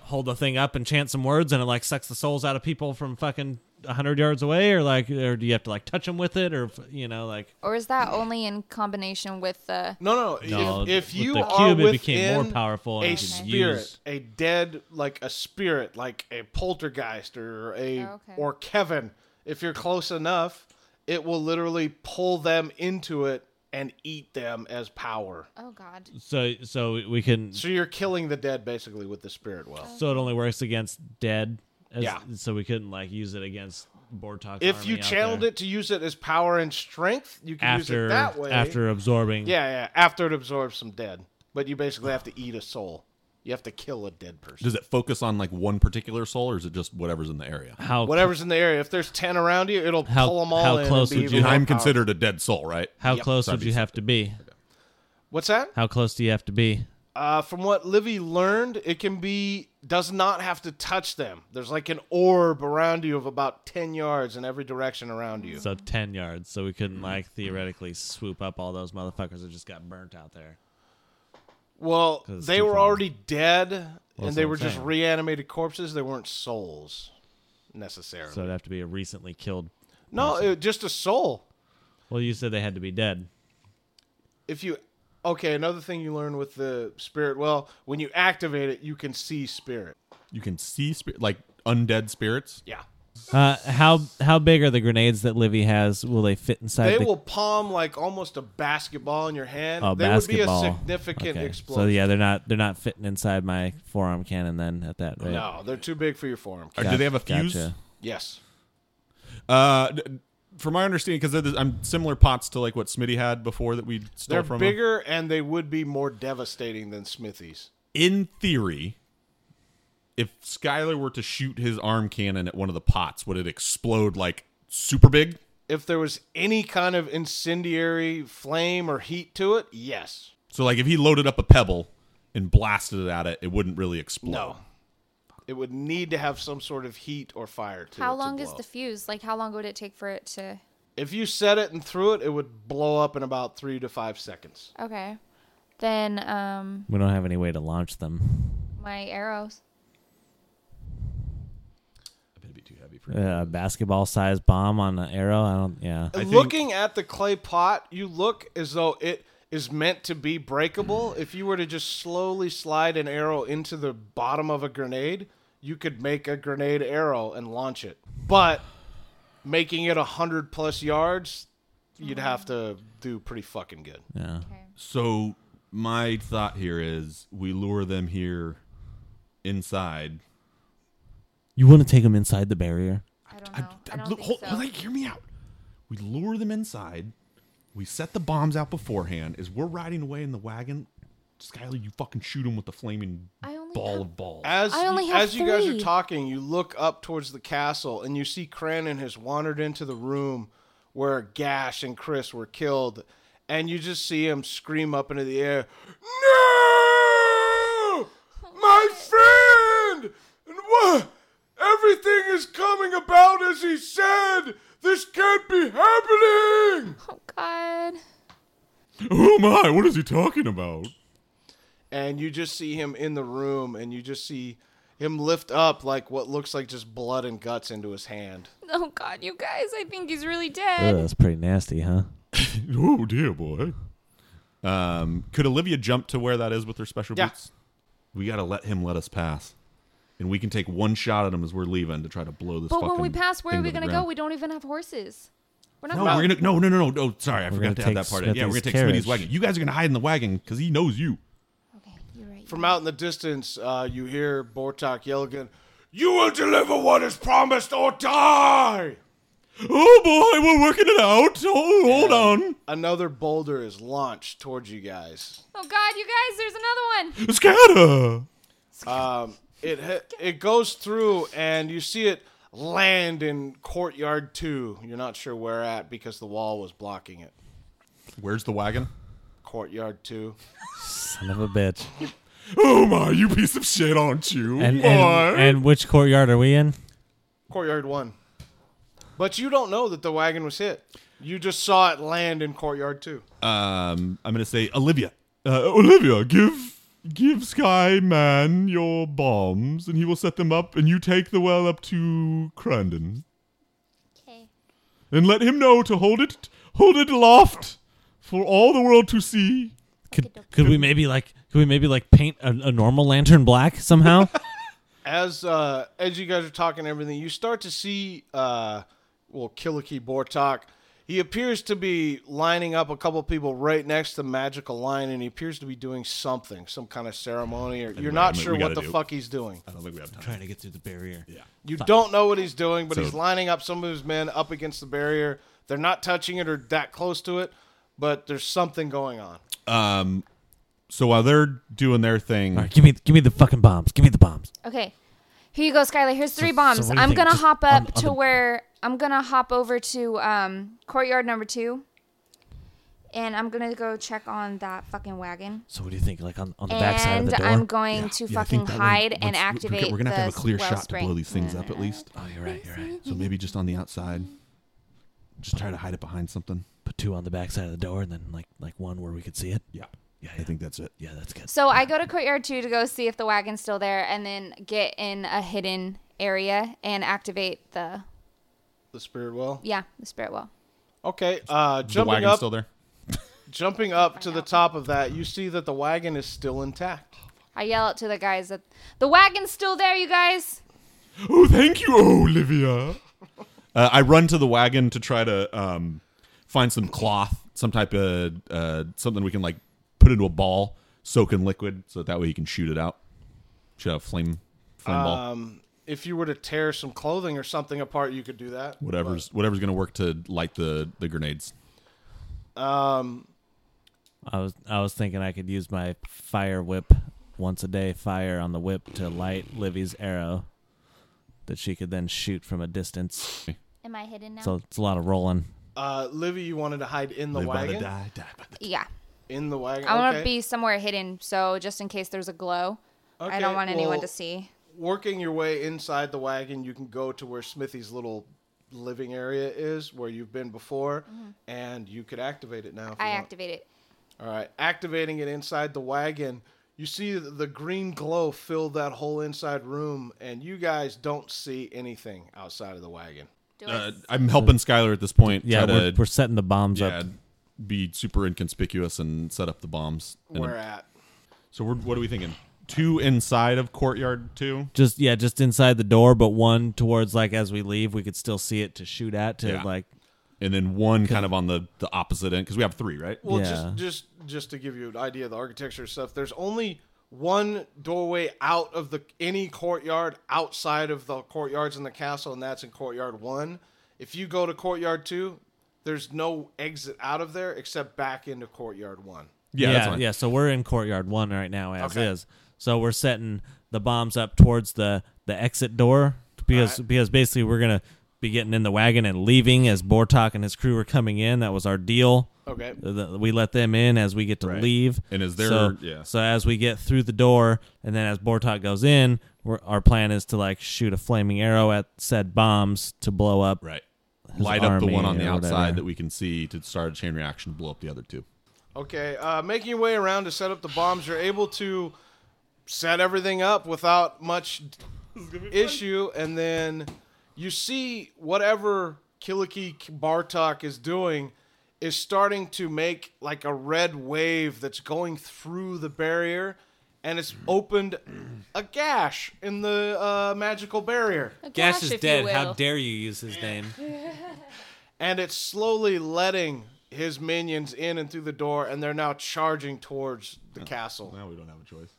F: hold the thing up and chant some words, and it like sucks the souls out of people from fucking hundred yards away, or like, or do you have to like touch them with it, or you know, like,
A: Or is that only in combination with uh, the.
C: No, no.
F: No,
C: if, if
F: with
C: you
F: the
C: are
F: cube, it became more
C: within
F: powerful and
C: a
F: you could
C: spirit,
F: use-
C: a dead, like a spirit, like a poltergeist or a
A: Oh, okay.
C: or Kevin. If you're close enough, it will literally pull them into it and eat them as power.
A: Oh, God.
F: so, so we can,
C: So you're killing the dead basically with the spirit well.
A: Oh.
F: so it only works against dead. As,
C: Yeah.
F: So we couldn't like use it against Bortok.
C: If you channeled it to use it as power and strength, you can use
F: after
C: it that way.
F: after absorbing,
C: yeah, yeah, after it absorbs some dead, but you basically have to eat a soul. You have to kill a dead person.
B: Does it focus on like one particular soul, or is it just whatever's in the area?
F: how
C: whatever's in the area. If there's ten around you, it'll
F: How-
C: pull them all
F: how
C: in.
F: close
C: and be
F: would you-
B: And
C: even
B: I'm
C: more powerful.
B: considered a dead soul, right?
F: how
C: Yep.
F: close
B: Sorry,
F: would you have to be?
C: What's that?
F: How close do you have to be?
C: Uh, from what Livy learned, it can be does not have to touch them. There's like an orb around you of about ten yards in every direction around you.
F: So ten yards. So we couldn't like theoretically swoop up all those motherfuckers that just got burnt out there.
C: Well,
F: 'Cause it's
C: they
F: too
C: were
F: far.
C: already dead, and
F: that's
C: they
F: what
C: were
F: I'm
C: just
F: saying.
C: reanimated corpses. They weren't souls necessarily.
F: So it'd have to be a recently killed.
C: no, it, just a soul.
F: Well, you said they had to be dead.
C: If you okay, another thing you learn with the spirit. Well, when you activate it, you can see spirit.
B: You can see spirit, like undead spirits.
C: Yeah.
F: Uh, how how big are the grenades that Livy has? Will they fit inside?
C: They
F: the,
C: will palm like almost a basketball in your hand.
F: Oh,
C: they
F: basketball.
C: would be a significant
F: okay.
C: explosion.
F: So yeah, they're not they're not fitting inside my forearm cannon then at that rate.
C: Uh, No, they're too big for your forearm.
B: Or do they have a fuse?
F: Gotcha.
C: Yes.
B: Uh, d- from my understanding, because I'm similar pots to like what Smitty had before that we stole
C: They're
B: from him.
C: bigger and they would be more devastating than Smithy's.
B: in theory, if Skyler were to shoot his arm cannon at one of the pots, would it explode like super big?
C: If there was any kind of incendiary flame or heat to it, yes.
B: So like if he loaded up a pebble and blasted it at it, it wouldn't really explode.
C: No. It would need to have some sort of heat or fire to it.
A: How
C: to
A: long is
C: blow.
A: the fuse? Like, how long would it take for it to?
C: If you set it and threw it, it would blow up in about three to five seconds.
A: Okay, then um,
F: We don't have any way to launch them.
A: my arrows.
F: Uh, A basketball sized bomb on an arrow. I don't. Yeah.
B: think-
C: Looking at the clay pot, you look as though it is meant to be breakable. If you were to just slowly slide an arrow into the bottom of a grenade, you could make a grenade arrow and launch it. But making it a hundred plus yards, you'd have to do pretty fucking good.
F: Yeah.
B: So my thought here is we lure them here inside.
F: You want to take them inside the barrier?
A: I don't know. I, don't
B: look,
A: think
B: hold,
A: so.
B: hold on, hear me out. We lure them inside. We set the bombs out beforehand. As we're riding away in the wagon, Skyler, you fucking shoot him with the flaming
A: I only
B: ball
A: have-
B: of balls.
C: As
A: I only
C: you,
A: have
C: as you guys are
A: three.
C: talking, you look up towards the castle and you see Cranon has wandered into the room where Gash and Chris were killed, and you just see him scream up into the air,
A: Oh,
C: "No, my friend! And what? Everything is coming about as he said. This can't be happening."
A: <laughs> Oh God.
B: Who am I? What is he talking about?
C: and you just see him in the room and you just see him lift up like what looks like just blood and guts into his hand.
A: Oh God, you guys! I think he's really
F: Ugh,
A: dead.
F: that's pretty nasty, huh?
B: Oh dear boy. Um, could Olivia jump to where that is with her special
C: Yeah.
B: boots? We gotta let him let us pass, and we can take one shot at him as we're leaving to try to blow this.
A: but when
B: fucking
A: we pass, where are
B: thing
A: we
B: to the
A: gonna go?
B: ground.
A: We don't even have horses. We're not.
B: No,
A: gonna-
B: we're gonna no no no no no. Sorry, I
F: gonna
B: forgot to add
F: take
B: that part. in. Yeah, we're gonna
F: Smithy's
B: take
F: carriage.
B: Smitty's wagon. You guys are gonna hide in the wagon because he knows you.
A: Okay, you're right.
C: From out in the distance, uh, you hear Bortok yell again, You will deliver what is promised or die!
B: Oh boy, we're working it out. Oh, hold on,
C: Another boulder is launched towards you guys.
A: Oh God, you guys! There's another one.
B: scatter.
C: Um, it ha- it goes through and you see it land in courtyard two. You're not sure where at because the wall was blocking it.
B: Where's the wagon?
C: Courtyard two.
F: Son of a bitch.
B: Oh my, you piece of shit, aren't you?
F: And
B: boy?
F: and, and which courtyard are we in?
C: Courtyard one. But you don't know that the wagon was hit. You just saw it land in courtyard two.
B: um, I'm gonna say Olivia. Uh, Olivia, give give Sky Man your bombs, and he will set them up, and you take the well up to Crandon,
A: Okay.
B: and let him know to hold it hold it aloft for all the world to see.
F: Could could we maybe like could we maybe like paint a, a normal lantern black somehow?
C: As uh, as you guys are talking everything, you start to see uh, well Kiliki Bortok. He appears to be lining up a couple people right next to the magical line, and he appears to be doing something, some kind of ceremony. Or you're not
B: we-
C: sure
B: we
C: what
B: gotta
C: the
B: do-
C: fuck he's doing.
B: I don't think we have time.
F: <laughs> Trying to get through the barrier. Yeah.
C: You don't know what he's doing, but
B: So-
C: he's lining up some of his men up against the barrier. They're not touching it or that close to it, but there's something going on.
B: So while they're doing their thing,
F: All right, give me give me the fucking bombs. Give me the bombs.
A: Okay. Here you go, Skylar. Here's three bombs.
F: so what do you
A: I'm
F: think?
A: gonna
F: Just
A: hop
F: on-
A: up
F: on
A: to
F: the-
A: where I'm gonna hop over to um, courtyard number two, and I'm gonna go check on that fucking wagon.
F: So what do you think? Like on, on the back side of
A: And
F: the door?
A: I'm going to
B: Yeah, I
A: fucking
B: think that one-
A: hide
B: once-
A: and activate.
B: We're gonna have to have a
A: the
B: clear
A: well
B: shot to
A: spring. Mm-hmm.
B: blow these things up at least.
F: oh, you're right. You're right.
B: So maybe just on the outside. Just try to hide it behind something.
F: Put two on the back side of the door, and then like like one where we could see it.
B: Yeah,
F: Yeah,
B: I
F: yeah.
B: think that's it.
F: Yeah, that's good.
A: So I go to courtyard two to go see if the wagon's still there, and then get in a hidden area and activate the
C: The spirit well.
A: yeah the spirit well.
C: Okay, uh,
B: The
C: jumping
B: wagon's
C: up,
B: still there.
C: jumping up to the top of that, you see that the wagon is still intact.
A: I yell out to the guys that the wagon's still there, you guys.
B: Oh, thank you, Olivia. <laughs> Uh, I run to the wagon to try to um, find some cloth, some type of uh, something we can like put into a
F: Uh,
B: ball, soak in liquid, so that way you can shoot it out. Shoot out a flame, flame ball.
C: Um, if you were to tear some clothing or something apart, you could do that.
B: Whatever's whatever's gonna work to light the the grenades.
C: um,
F: I was I was thinking I could use my fire whip once a day fire on the whip to light Livy's arrow that she could then shoot from a distance.
A: Am I hidden now?
F: So it's a lot of rolling.
C: Uh, Livy, you wanted to hide in the wagon.
A: yeah.
C: In the wagon.
A: I want
C: okay.
A: to be somewhere hidden, so just in case there's a glow, I
C: Okay,
A: don't want anyone
C: well,
A: to see.
C: Working your way inside the wagon, you can go to where Smithy's little living area is, where you've been before, and you could activate it now. If
A: Mm-hmm. I
C: you want.
A: activate it.
C: All right, activating it inside the wagon. You see th- the green glow fill that whole inside room, and you guys don't see anything outside of the wagon.
A: Do
B: Uh,
A: it.
B: I'm helping Skylar at this point.
F: Yeah,
B: try
F: we're,
B: to
F: we're setting the bombs
B: yeah,
F: up.
B: be super inconspicuous and set up the bombs. And-
C: We're at.
B: so we're, what are we thinking? Two inside of courtyard two.
F: Just yeah, just inside the door, but one towards like as we leave, we could still see it to shoot at to
B: Yeah.
F: like
B: and then one kind of on the the opposite end because we have three, right?
C: Well,
F: Yeah.
C: just just just to give you an idea of the architecture and stuff, there's only one doorway out of the any courtyard outside of the courtyards in the castle, and that's in courtyard one. If you go to courtyard two, there's no exit out of there except back into courtyard one.
B: yeah, that's
F: yeah,
B: fine.
F: yeah. So we're in courtyard one right now as
C: Okay.
F: is. So we're setting the bombs up towards the the exit door because because basically we're gonna be getting in the wagon and leaving as Bortok and his crew were coming in. That was our deal.
C: Okay.
F: Th- We let them in as we get to leave.
B: And as they're-
F: so,
B: yeah.
F: so as we get through the door and then as Bortok goes in, we're, our plan is to like shoot a flaming arrow at said bombs to blow up.
B: right.
F: his
B: Light up the
F: army
B: one on the
F: or
B: outside
F: whatever.
B: that we can see to start a chain reaction to blow up the other two.
C: Okay, uh, making your way around to set up the bombs, you're able to set everything up without much issue, and then you see whatever Kiliki Bartok is doing is starting to make like a red wave that's going through the barrier, and it's opened a gash in the uh, magical barrier.
A: A
H: Gash
A: gash,
H: is
A: if
H: dead.
A: You will.
H: How dare you use his name?
C: and it's slowly letting his minions in and through the door, and they're now charging towards the castle.
B: Now we don't have a choice.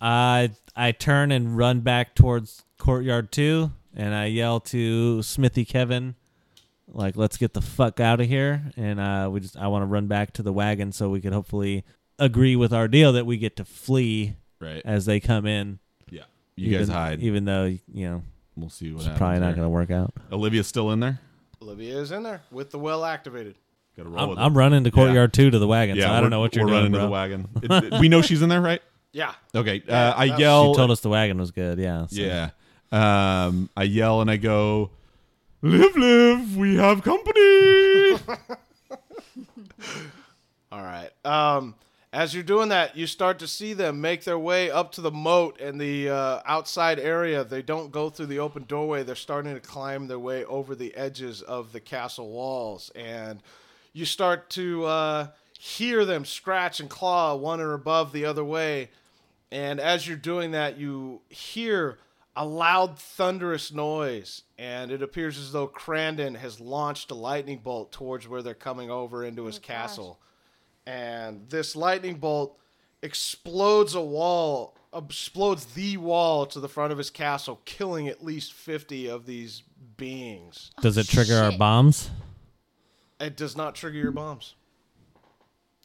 F: I I turn and run back towards courtyard two, and I yell to Smithy Kevin, like, "Let's get the fuck out of here!" And uh, we just I want to run back to the wagon so we could hopefully agree with our deal that we get to flee
B: Right.
F: as they come in.
B: yeah. You guys
F: even-
B: hide.
F: even though you know
B: we'll see what
F: it's
B: happens.
F: probably not
B: there.
F: going to work out.
B: Olivia's still in there.
C: Olivia is in there with the well activated.
B: Got to roll
F: I'm,
B: with
F: I'm
B: it.
F: running to courtyard two to the wagon,
B: Yeah,
F: so I
B: we're-
F: don't know what you're
B: we're running
F: doing,
B: to
F: bro.
B: the <laughs> wagon. It- it- we know she's in there, right?
C: Yeah.
B: Okay. Uh, I
C: that's-
B: yell.
F: She told us the wagon was good, yeah. so-
B: Yeah. Um, I yell and I go, "Live, live! We have <laughs> company."
C: All right. Um, as you're doing that, you start to see them make their way up to the moat and the uh, outside area. They don't go through the open doorway. They're starting to climb their way over the edges of the castle walls, and you start to uh, hear them scratch and claw one or above the other way. And as you're doing that, you hear a loud, thunderous noise, and it appears as though Crandon has launched a lightning bolt towards where they're coming over into his castle. And this lightning bolt explodes a wall, explodes the wall to the front of his castle, killing at least 50 of these beings.
F: Does it trigger our
A: shit.
F: bombs?
C: It does not trigger your bombs.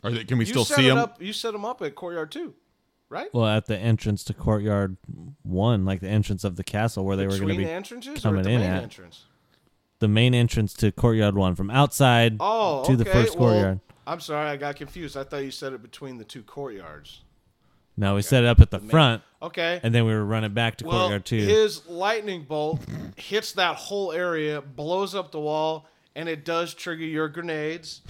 B: Are they, can we
C: You
B: still
C: set
B: see
C: it
B: them?
C: Up, you set them up at Courtyard 2, right?
F: Well, at the entrance to courtyard one, like the entrance of the castle where they were going
C: Between
F: to be
C: entrances or
F: coming
C: at the
F: in
C: main
F: at.
C: entrance?
F: the main entrance to courtyard one from outside
C: Oh,
F: to the
C: okay,
F: first
C: well,
F: courtyard.
C: I'm sorry, I got confused. I thought you said it between the two courtyards.
F: No, we set it up at the front,
C: Okay.
F: and then we were running back to
C: well,
F: courtyard two.
C: his lightning bolt hits that whole area, blows up the wall, and it does trigger your grenades.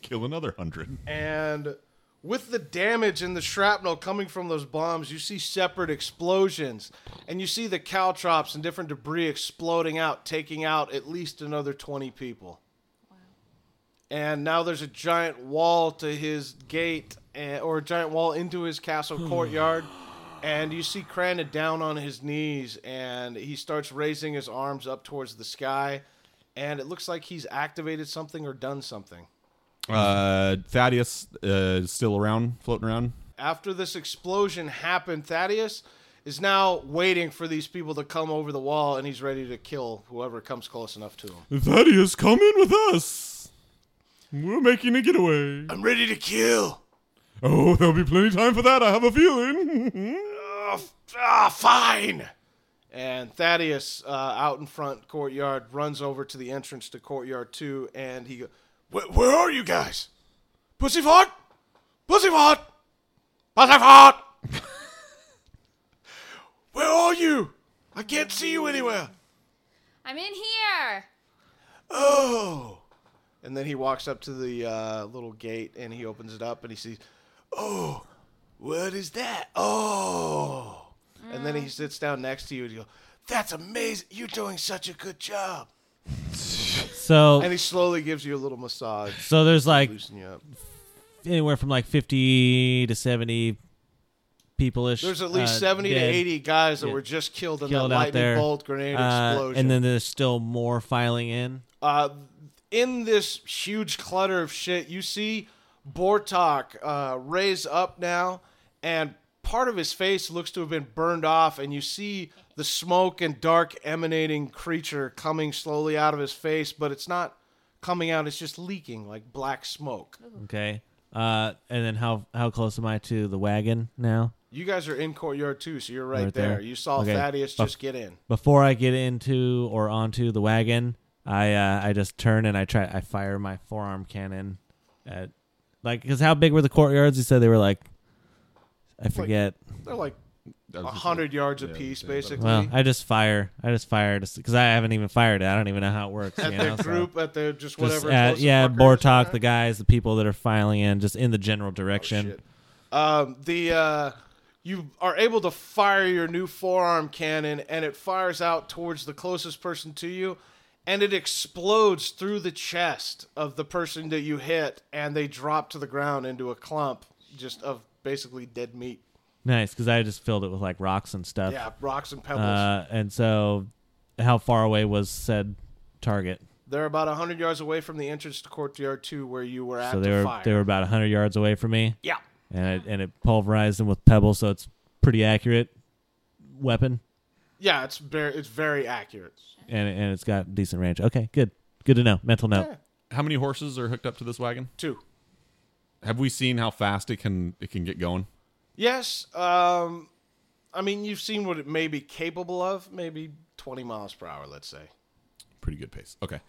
B: Kill another hundred.
C: And with the damage and the shrapnel coming from those bombs, you see separate explosions, and you see the caltrops and different debris exploding out, taking out at least another 20 people. And now there's a giant wall to his gate, eh, or a giant wall into his castle courtyard. And you see Crana down on his knees, and he starts raising his arms up towards the sky. And it looks like he's activated something or done something.
B: Uh, Thaddeus uh, is still around, floating around.
C: after this explosion happened, Thaddeus is now waiting for these people to come over the wall, and he's ready to kill whoever comes close enough to him.
B: Thaddeus, come in with us. We're making a getaway.
C: I'm ready to kill.
B: Oh, there'll be plenty of time for that. I have a feeling. <laughs>
C: Ah, f- ah, fine. And Thaddeus, uh, out in front courtyard, runs over to the entrance to courtyard two, and he goes, "Where are you guys? Pussyfart, pussyfart, <laughs> pussyfart. Where are you? I can't see you anywhere."
A: I'm in here.
C: Oh. And then he walks up to the uh, little gate and he opens it up and he sees, oh, what is that? Oh. And then he sits down next to you and you go, that's amazing. You're doing such a good job. And
F: So
C: he slowly gives you a little massage,
F: so there's like
C: loosen you up.
F: anywhere from like 50 to uh, 70 people ish.
C: There's at least 70 to 80 guys that were just killed in
F: killed
C: that
F: out
C: lightning
F: there. Uh,
C: bolt grenade explosion.
F: and then there's still more filing in.
C: uh, in this huge clutter of shit, you see Bortok uh, raise up now, and part of his face looks to have been burned off, and you see the smoke and dark emanating creature coming slowly out of his face, but it's not coming out; it's just leaking like black smoke.
F: Okay. Uh, and then how how close am I to the wagon now?
C: You guys are in courtyard too, so you're right,
F: Right
C: there.
F: there.
C: You saw
F: Okay. Oh.
C: Thaddeus
F: Fuck.
C: just get in.
F: Before I get into or onto the wagon, I uh, I just turn and I try I fire my forearm cannon at like because how big were the courtyards? You said they were like I forget.
C: They're like a hundred yards apiece, basically.
F: well, I just fire. I just fire just because I haven't even fired it. I don't even know how it works.
C: at
F: you
C: their
F: know, so-
C: group, at their just
F: Just
C: whatever.
F: at-
C: closest
F: yeah,
C: fuckers.
F: Bortok, the guys, the people that are filing in, just in the general direction.
C: Oh, Shit. Um, the uh, you are able to fire your new forearm cannon, and it fires out towards the closest person to you, and it explodes through the chest of the person that you hit, and they drop to the ground into a clump just of basically dead meat.
F: Nice, because I just filled it with like rocks and stuff.
C: Yeah, rocks and pebbles.
F: Uh, and so, how far away was said target?
C: They're about hundred yards away from the entrance to courtyard two, where you were at
F: So
C: the
F: they were
C: fire.
F: they were about hundred yards away from me,
C: yeah.
F: and it, and it pulverized them with pebbles, so it's pretty accurate weapon,
C: Yeah, it's very it's very accurate.
F: and and it's got decent range. Okay, good, good to know. Mental note.
B: How many horses are hooked up to this wagon?
C: Two.
B: Have we seen how fast it can it can get going?
C: Yes. Um, I mean, you've seen what it may be capable of. Maybe 20 miles per hour, let's say.
B: Pretty good pace. Okay.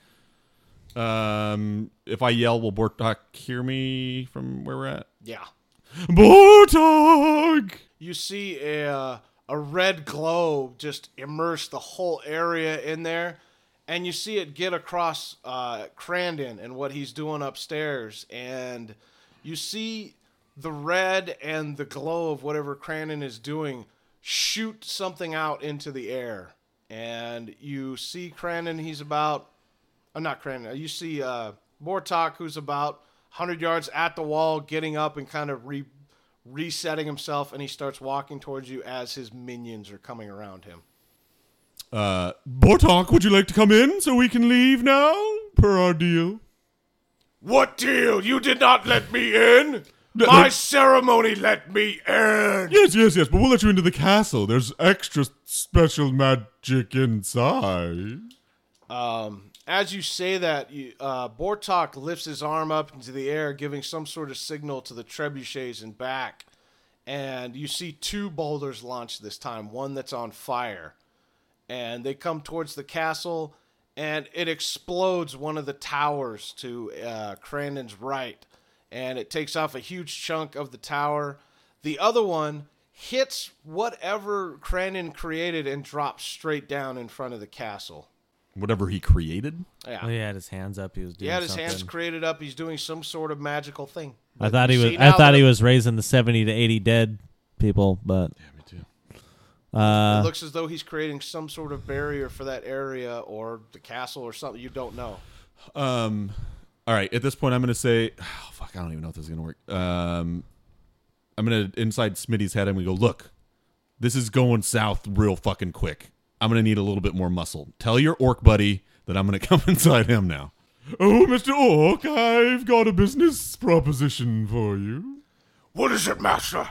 B: Um, if I yell, will Bortok hear me from where we're at?
C: Yeah.
B: Bortok.
C: You see a, uh, a red glow just immerse the whole area in there. And you see it get across uh, Crandon and what he's doing upstairs. And you see the red and the glow of whatever Crandon is doing shoot something out into the air. And you see Crandon, he's about I'm Oh, not Crandon. You see uh, Mortok, who's about 100 yards at the wall, getting up and kind of re- resetting himself, and he starts walking towards you as his minions are coming around him.
B: Uh, Bortok, would you like to come in so we can leave now per our deal?
C: What deal? You did not let me in!
B: My
C: ceremony let me in!
B: Yes, yes, yes. But we'll let you into the castle. There's extra special magic inside.
C: Um, as you say that, you, uh, Bortok lifts his arm up into the air, giving some sort of signal to the trebuchets and back. And you see two boulders launched this time, one that's on fire. and they come towards the castle and it explodes one of the towers to uh, Crandon's right and it takes off a huge chunk of the tower. The other one hits whatever Crandon created and drops straight down in front of the castle.
B: Whatever he created.
C: Yeah.
F: Oh, he had his hands up. He was doing
C: He had his
F: something.
C: hands created up. He's doing some sort of magical thing.
F: I thought he
C: See,
F: was.
C: now
F: I thought
C: that-
F: he was raising the seventy to eighty dead people, but
B: Yeah, me too.
C: It
F: uh,
C: looks as though he's creating some sort of barrier for that area or the castle or something. You don't know.
B: Um, all right. At this point, I'm gonna say, <sighs> oh, fuck. I don't even know if this is gonna work. Um, I'm gonna inside Smitty's head. I'm gonna go look. This is going south real fucking quick. I'm gonna need a little bit more muscle. Tell your orc buddy that I'm gonna <laughs> come inside him now. Oh, Mr. Orc, I've got a business proposition for you.
C: What is it, master?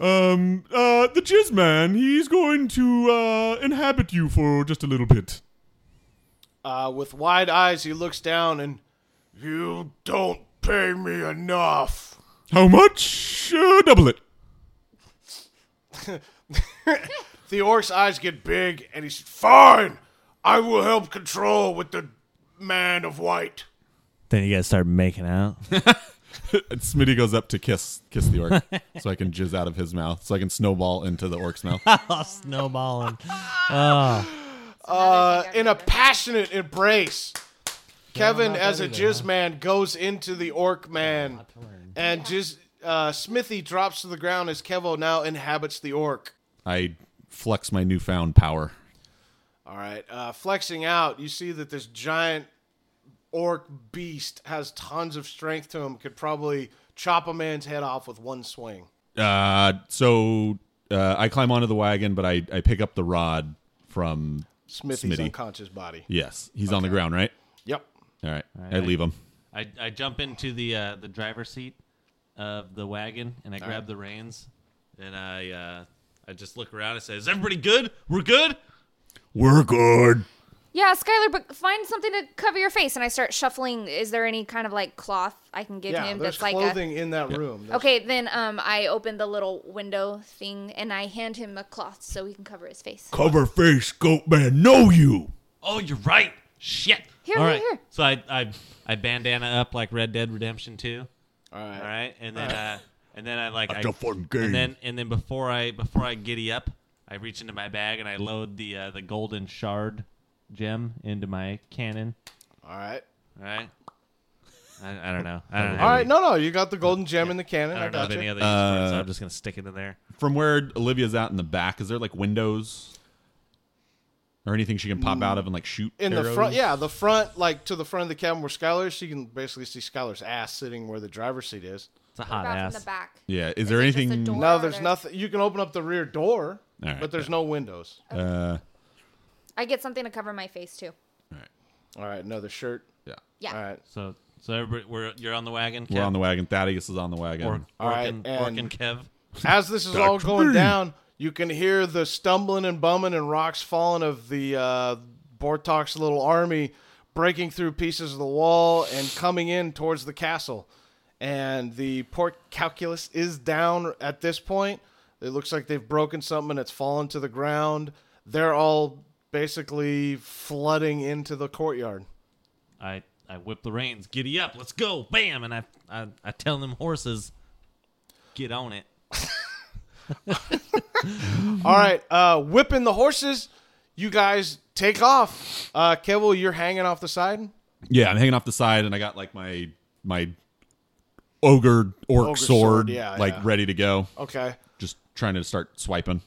B: Um, uh, the Jizz Man, he's going to uh, inhabit you for just a little bit.
C: Uh, with wide eyes, he looks down and, You don't pay me enough.
B: How much? Uh, double it.
C: The orc's eyes get big and he's, Fine, I will help control with the man of white.
F: Then you guys start making <laughs> out.
B: And Smitty goes up to kiss kiss the orc,
E: <laughs>
B: so I can jizz out of his mouth, so I can snowball into the orc's mouth.
F: Snowballing.
C: Uh, in a passionate embrace, Kevin, as a jizz man, goes into the orc man, and jizz uh, Smithy drops to the ground as Kevo now inhabits the orc.
B: I flex my newfound power.
C: All right, uh, flexing out, you see that this giant orc beast has tons of strength to him. Could probably chop a man's head off with one swing.
B: Uh, so uh, I climb onto the wagon, but I, I pick up the rod from
C: Smithy's
B: Smitty.
C: unconscious body.
B: yes, he's on the ground, right?
C: Yep.
B: All right, I leave him.
E: I, I jump into the uh, the driver's seat of the wagon and I grab the reins and I uh, I just look around and say, "Is everybody good? We're good."
B: We're good.
A: Yeah, Skylar, but find something to cover your face. And I start shuffling. Is there any kind of like cloth I can give
C: Yeah,
A: him
C: there's
A: that's like a
C: clothing in that room. There's-
A: Okay, then um, I open the little window thing and I hand him a cloth so he can cover his face.
B: Cover face, goat man. Know you.
E: Oh, you're right. Shit.
A: Here,
E: All
A: here,
E: right.
A: here.
E: So I, I I bandana up like Red Dead Redemption 2.
C: All right.
E: All right, and then uh, and then I like I,
B: That's a fun game.
E: and then and then before I before I giddy up, I reach into my bag and I load the uh, the golden shard gem into my cannon.
C: All right.
E: All right. I, I don't know. I don't know.
C: All right. No, no, you got the golden gem in the cannon.
E: I
C: I,
E: don't know
C: got
E: of any
C: you.
E: other use for
B: Uh,
E: it, so I'm just gonna stick it in there.
B: From where Olivia's out in the back, is there like windows or anything she can
E: Mm.
B: pop out of and like shoot
C: in the
B: arrows?
C: front yeah the front like to the front of the cabin where skylar is she can basically see skylar's ass sitting where the driver's seat is
E: It's a hot
A: About from
E: ass.
A: the back.
B: Yeah. Is there
A: it just a
B: anything?
A: door?
C: no
A: Wow,
C: there's
A: there-
C: nothing you can open up the rear door
B: All right,
C: but there's no windows
B: Uh,
A: I get something to cover my face too.
C: all right another shirt
B: yeah.
A: Yeah.
C: all right
E: So so everybody, we're, you're on the wagon.
B: We're on the wagon. Thaddeus is on the wagon.
E: Or,
C: All right,
E: and,
C: and-
E: and Kev.
C: as this is all
B: Dr.
C: going
B: B.
C: down you can hear the stumbling and bumming and rocks falling of the uh bortok's little army breaking through pieces of the wall and coming in towards the castle and the port calculus is down at this point. It looks like they've broken something and it's fallen to the ground. They're all basically flooding into the courtyard.
E: I I whip the reins. Giddy up. Let's go. Bam. And I I, I tell them horses, get on it.
C: All right, uh, whipping the horses. You guys take off. Uh, Kevil, you're hanging off the side.
B: Yeah, I'm hanging off the side, and I got like my my ogre orc
C: Ogre sword,
B: sword,
C: yeah,
B: like
C: yeah.
B: ready to go.
C: Okay.
B: Just trying to start swiping.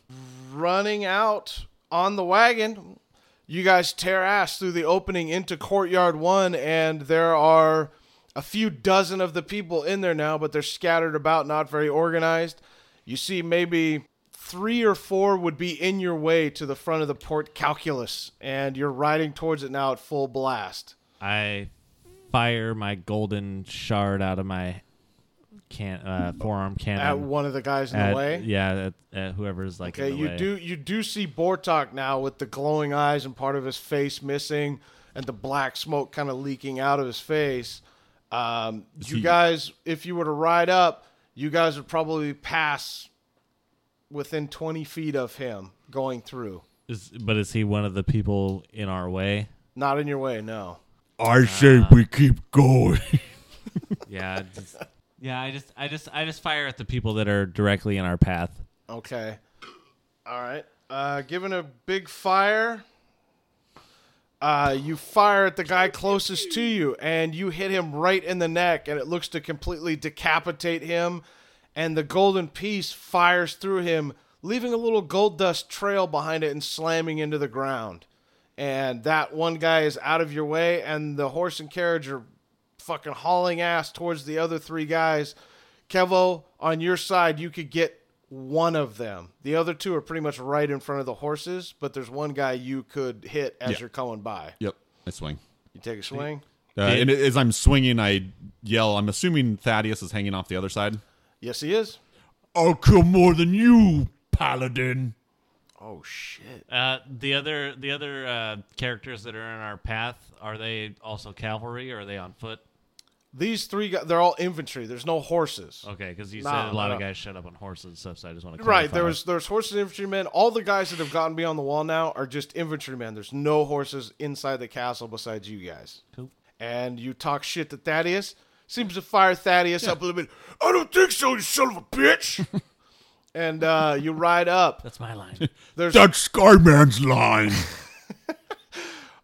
C: Running out on the wagon. You guys tear ass through the opening into courtyard one, and there are a few dozen of the people in there now, but they're scattered about, not very organized. You see, maybe three or four would be in your way to the front of the port calculus, and you're riding towards it now at full blast.
F: I fire my golden shard out of my can uh, forearm cannon.
C: At one of the guys in
F: at-
C: the way.
F: Yeah, at, at whoever's like. in
C: Okay,
F: the
C: you
F: way.
C: do you do see Bortok now with the glowing eyes and part of his face missing, and the black smoke kind of leaking out of his face. Um, you
B: he-
C: guys, if you were to ride up, you guys would probably pass within twenty feet of him going through.
F: Is, but is he one of the people in our way?
C: Not in your way, no.
B: I say we keep going.
F: Yeah. I
C: <laughs>
F: just- yeah. I just, I just, I just fire at the people that are directly in our path.
C: Okay. All right. Uh, given a big fire, uh, you fire at the guy closest to you, and you hit him right in the neck, and it looks to completely decapitate him. And the golden piece fires through him, leaving a little gold dust trail behind it and slamming into the ground. And that one guy is out of your way, and the horse and carriage are fucking hauling ass towards the other three guys. Kevo, on your side, you could get one of them. The other two are pretty much right in front of the horses, but there's one guy you could hit as
B: Yeah.
C: you're coming by.
B: <laughs> yep, I swing.
C: You take a swing.
B: Uh, and as I'm swinging, I yell. I'm assuming Thaddeus is hanging off the other side.
C: Yes, he is.
B: I'll kill more than you, paladin.
C: Oh shit!
E: Uh, the other the other uh, characters that are in our path are they also cavalry or are they on foot?
C: These three guys—they're all infantry. There's no horses.
E: Okay, because you
C: Nah,
E: said a lot of
C: nah.
E: guys showed up on horses and stuff. So I just want to
C: Right, there was there's horses and infantrymen. All the guys that have gotten beyond the wall now are just infantrymen. There's no horses inside the castle besides you guys.
E: Cool.
C: And you talk shit to Thaddeus. Seems to fire Thaddeus up a little bit. I don't think so, you son of a
E: <laughs>
C: bitch. and uh, you ride up.
E: That's my line.
C: There's
B: That's Skyman's line.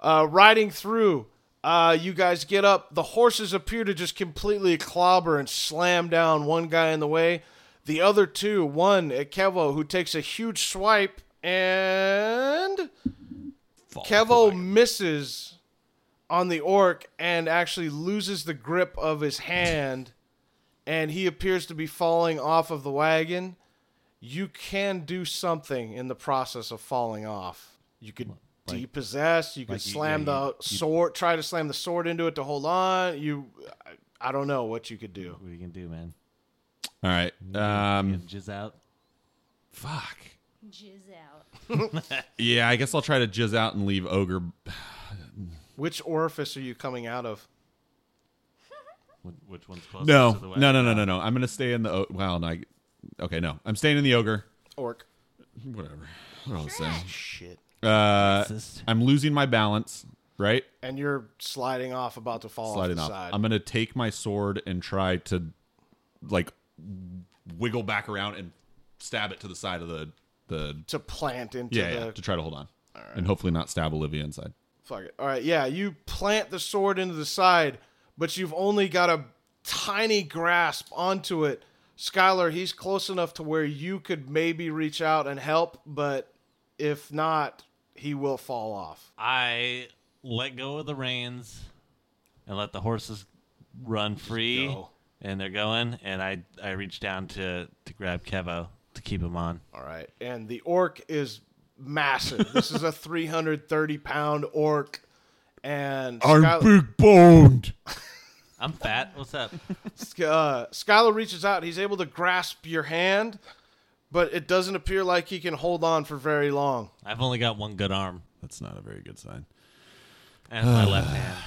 C: uh, riding through. Uh, you guys get up. The horses appear to just completely clobber and slam down one guy in the way. The other two, one at Kevo, who takes a huge swipe, and Kevo misses on the orc and actually loses the grip of his hand, and he appears to be falling off of the wagon. You can do something in the process of falling off. You could depossess. You could
E: you-
C: slam
E: yeah,
C: the sword. Try to slam the sword into it to hold on. You, I- I don't know what you could do.
E: what you can do, man?
B: <laughs> All right. Um,
E: Get jizz out.
B: fuck.
A: Jizz out.
B: Yeah, I guess I'll try to jizz out and leave ogre.
C: Which orifice are you coming out of?
E: Wh- Which one's closest
B: No,
E: to the way?
B: no, no, no, no, no. I'm gonna stay in the. O- wow, no. I, okay, no. I'm staying in the ogre.
C: Orc.
B: Whatever. What was I saying?
C: Shit.
B: Uh,
E: Racist.
B: I'm losing my balance. Right.
C: And you're sliding off, about to fall
B: sliding
C: off
B: off.
C: the side.
B: I'm gonna take my sword and try to like wiggle back around and stab it to the side of the the
C: to plant into
B: yeah,
C: the
B: yeah to try to hold on and hopefully not stab Olivia inside.
C: Fuck it. All right, yeah, you plant the sword into the side, but you've only got a tiny grasp onto it. Skylar, he's close enough to where you could maybe reach out and help, but if not, he will fall off.
E: I let go of the reins and let the horses run free,
C: go.
E: and they're going. And I I reach down to to grab Kevo to keep him on.
C: All right. And the orc is massive.
B: <laughs>
C: this is a 330 pound orc. And Skylar-
B: big boned.
E: I'm fat. What's
C: <laughs>
E: up?
C: uh, Skylar reaches out. He's able to grasp your hand, but it doesn't appear like he can hold on for very long.
E: I've only got one good arm
B: That's not a very good sign.
E: and my
C: <sighs>
E: left hand.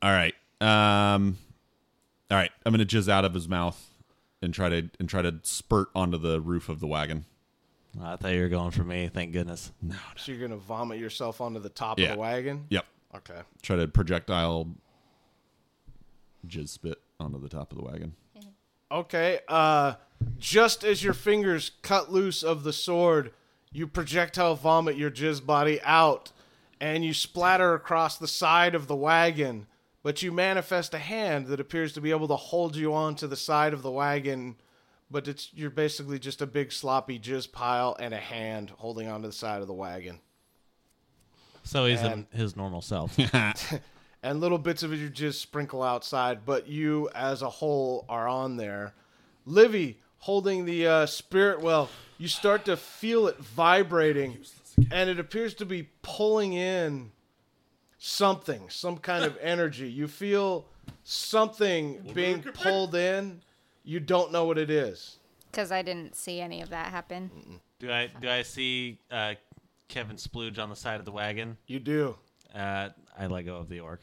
B: All right. Um. All right. I'm gonna jizz out of his mouth and try to and try to spurt onto the roof of the wagon.
E: I thought you were going for me. Thank goodness.
C: So you're gonna vomit yourself onto the top
B: Yeah.
C: of the wagon.
B: Yep.
C: Okay.
B: Try to projectile jizz spit onto the top of the wagon.
C: Okay. Uh, just as your fingers cut loose of the sword, you projectile vomit your jizz body out, and you splatter across the side of the wagon. But you manifest a hand that appears to be able to hold you onto the side of the wagon. But it's you're basically just a big sloppy jizz pile and a hand holding onto the side of the wagon.
E: So he's
C: And-
E: in his normal
C: <laughs>
E: self.
C: and little bits of it you just sprinkle outside, but you as a whole are on there. Livy holding the uh, spirit well, you start to feel it vibrating, and it appears to be pulling in something, some kind of energy. You feel something being pulled in. You don't know what it is.
A: Because I didn't see any of that happen.
E: do I do I see uh, Kevin Splooge on the side of the wagon?
C: You do.
E: Uh, I let go of the orc.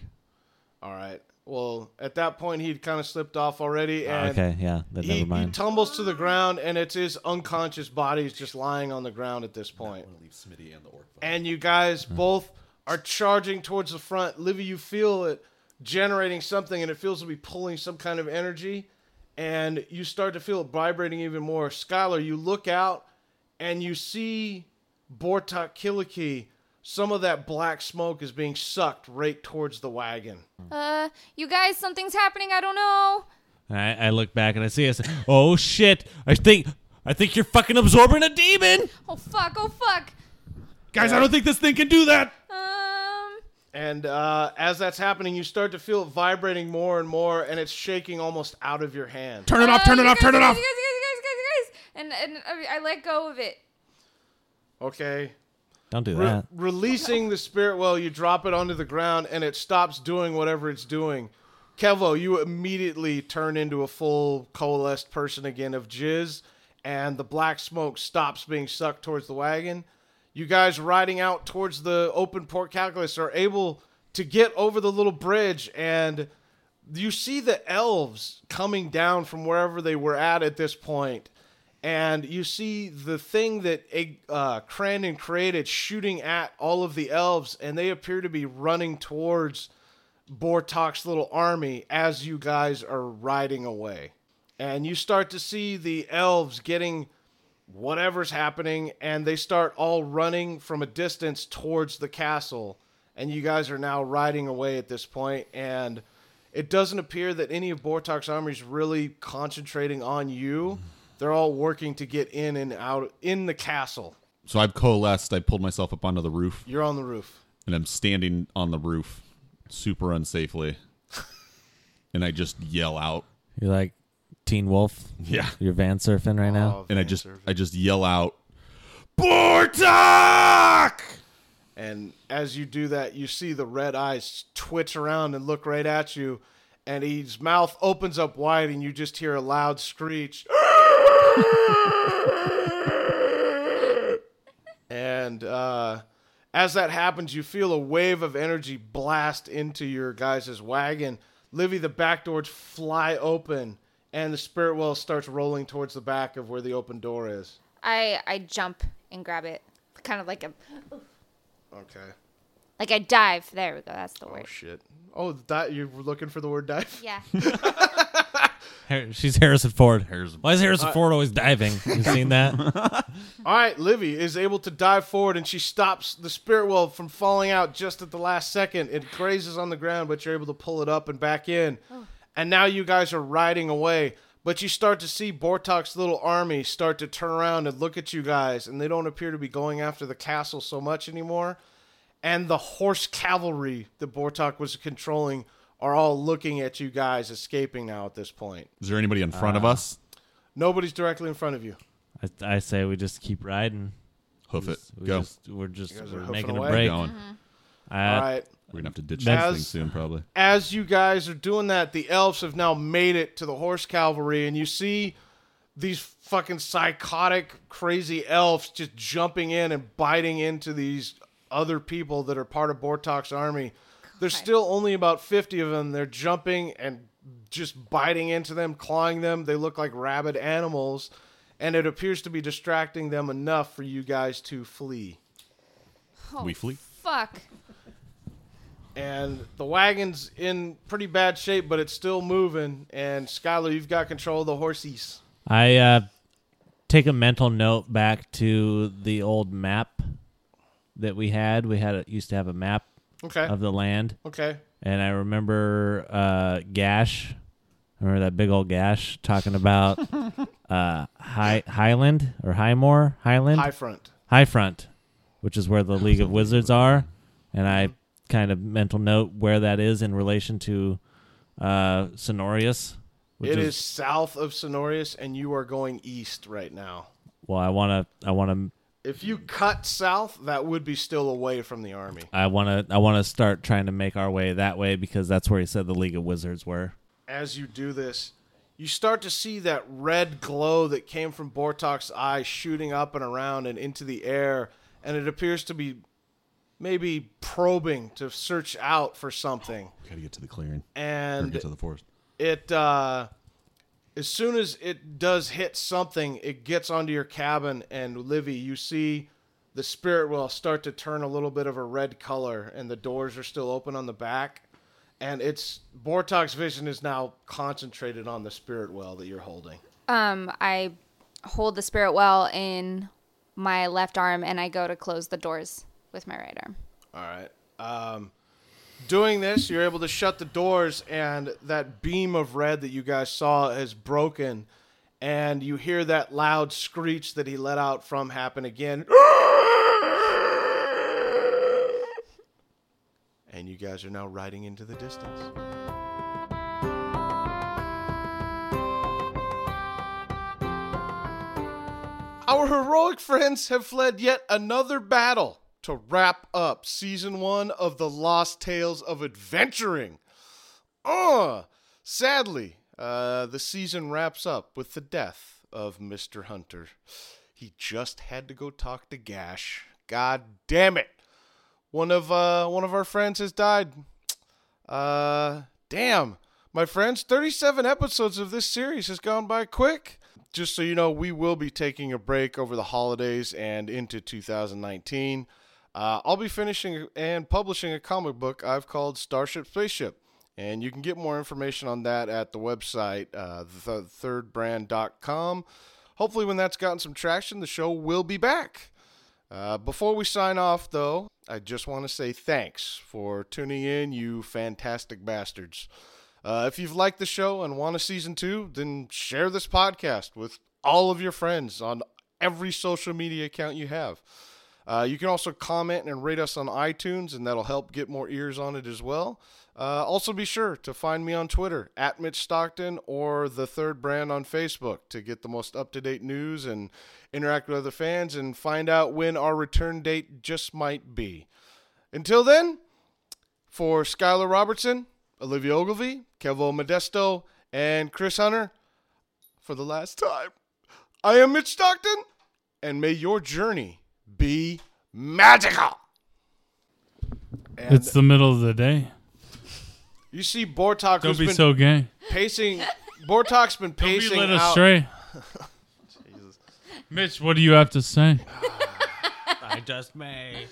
C: All right. Well, at that point, he'd kind of slipped off already, and
E: yeah. Then
C: He, he tumbles to the ground, and it's his unconscious body is just lying on the ground at this point. And you guys both are charging towards the front. Livy, you feel it generating something, and it feels to be pulling some kind of energy. And you start to feel it vibrating even more. Skylar, you look out, and you see Bortok Kiliki. Some of that black smoke is being sucked right towards the wagon.
A: Uh, you guys, something's happening. I don't know.
F: I, I look back and I see us. Oh shit! I think I think you're fucking absorbing a demon.
A: Oh fuck! Oh fuck!
B: Guys, I don't think this thing can do that.
A: Um,
C: And uh, as that's happening, you start to feel it vibrating more and more, and it's shaking almost out of your hand.
B: Turn it off.
A: uh,
B: Turn it
A: you
B: off.
A: guys,
B: Turn it
A: you guys,
B: off.
A: You guys, you guys, you guys, you guys, and and I, I let go of it.
C: Okay.
F: Don't do
C: Re-
F: that.
C: Releasing the spirit well, you drop it onto the ground, and it stops doing whatever it's doing. Kevo, you immediately turn into a full coalesced person again of jizz, and the black smoke stops being sucked towards the wagon. You guys riding out towards the open port calculus are able to get over the little bridge and you see the elves coming down from wherever they were at at this point, and you see the thing that uh, Crandon created shooting at all of the elves, and they appear to be running towards Bortok's little army as you guys are riding away. And you start to see the elves getting whatever's happening, and they start all running from a distance towards the castle. And you guys are now riding away at this point, and it doesn't appear that any of Bortok's army is really concentrating on you. They're all working to get in and out in the castle.
B: So I've coalesced. I pulled myself up onto the roof,
C: You're on the roof.
B: and I'm standing on the roof, super unsafely, and I just yell out.
F: You're like Teen Wolf.
B: Yeah.
F: You're van surfing right now.
C: Oh,
B: and I
C: van
B: just
C: service.
B: I just yell out, Bortok!
C: And as you do that, you see the red eyes twitch around and look right at you. And his mouth opens up wide, and you just hear a loud screech. and uh, as that happens, you feel a wave of energy blast into your guys' wagon. Livy, the back doors fly open, and the spirit well starts rolling towards the back of where the open door is.
A: I I jump and grab it, kind of like a
C: Okay.
A: like I dive. There we go. That's the
C: Oh,
A: word.
C: shit. Oh, that, you were looking for the word dive?
A: Oh,
B: <laughs>
A: Yeah.
F: Har- she's Harrison Ford.
B: Harrison-
F: Why is
C: Uh,
F: Harrison Ford always diving? <laughs> You seen that?
C: All right, Livy is able to dive forward and she stops the spirit well from falling out just at the last second. It grazes on the ground, but you're able to pull it up and back in. And now you guys are riding away, but you start to see Bortok's little army start to turn around and look at you guys, and they don't appear to be going after the castle so much anymore. And the horse cavalry that Bortok was controlling are all looking at you guys escaping now at this point.
B: Is there anybody in front
F: Ah.
B: of us?
C: Nobody's directly in front of you. Oh.
F: I, I say we just keep riding.
B: Hoof it.
F: We
B: Go.
F: Just, we're just
C: guys are
F: we're
C: hoofing
F: making a
C: away?
F: break.
B: Going.
C: All
F: Uh,
C: right.
B: We're gonna have to ditch
C: As-
B: this thing soon, probably.
C: as you guys are doing that, the elves have now made it to the horse cavalry, and you see these fucking psychotic, crazy elves just jumping in and biting into these other people that are part of Bortok's army. There's still only about 50 of them. They're jumping and just biting into them, clawing them. They look like rabid animals, and it appears to be distracting them enough for you guys to flee.
B: we flee.
A: Oh, Fuck.
C: and the wagon's in pretty bad shape, but it's still moving. And Skylar, you've got control of the horses.
F: I uh, take a mental note back to the old map that we had. We had a, used to have a map
C: Okay.
F: of the land,
C: Okay.
F: and I remember uh, Gash. Remember that big old Gash
C: <laughs>
F: talking about uh, High Highland or Highmore Highland
C: High front.
F: High Front, which is where the League of Wizards are, and
C: Mm-hmm.
F: I kind of mental note where that is in relation to uh, Sonorius. Which
C: It is south of Sonorius, and you are going east right now.
F: well, I want to, I want to,
C: If you cut south, that would be still away from the army.
F: I want to, I want to start trying to make our way that way because that's where he said the League of Wizards were.
C: As you do this, you start to see that red glow that came from Bortok's eye shooting up and around and into the air, and it appears to be maybe probing to search out for something.
B: Gotta get to the clearing. Or
C: And
B: get to the forest.
C: it uh as soon as it does hit something it gets onto your cabin and livy you see the spirit will start to turn a little bit of a red color and the doors are still open on the back and it's Bortok's vision is now concentrated on the spirit well that you're holding.
A: Um, I hold the spirit well in my left arm, and I go to close the doors with my right arm.
C: All right. Um, doing this, you're able to shut the doors, and that beam of red that you guys saw is broken, and you hear that loud screech that he let out from happen again. And you guys are now riding into the distance. Our heroic friends have fled yet another battle to wrap up season one of The Lost Tales of Adventuring. Uh, sadly, uh, the season wraps up with the death of Mr. Hunter. He just had to go talk to Gash. God damn it. One of uh one of our friends has died. Uh damn. My friends, 37 episodes of this series has gone by quick. Just so you know, we will be taking a break over the holidays and into 2019. Uh, I'll be finishing and publishing a comic book I've called Starship Spaceship. And you can get more information on that at the website, uh, thethirdbrand.com. Hopefully, when that's gotten some traction, the show will be back. Uh, before we sign off, though, I just want to say thanks for tuning in, you fantastic bastards. Uh, if you've liked the show and want a season two, then share this podcast with all of your friends on every social media account you have. Uh, you can also comment and rate us on iTunes, and that'll help get more ears on it as well. Uh, also, be sure to find me on Twitter at Mitch Stockton or the Third Brand on Facebook to get the most up to date news and interact with other fans and find out when our return date just might be. Until then, for Skylar Robertson, Olivia Ogilvy, Kevo Modesto, and Chris Hunter, for the last time, I am Mitch Stockton, and may your journey be magical. And
D: It's the middle of the day.
C: you see Bortok who's
D: Don't be
C: been
D: so gay.
C: pacing. Bortok's been
D: Don't be
C: pacing
D: led
C: out. <laughs>
D: astray. Mitch, what do you have to say?
F: I just may.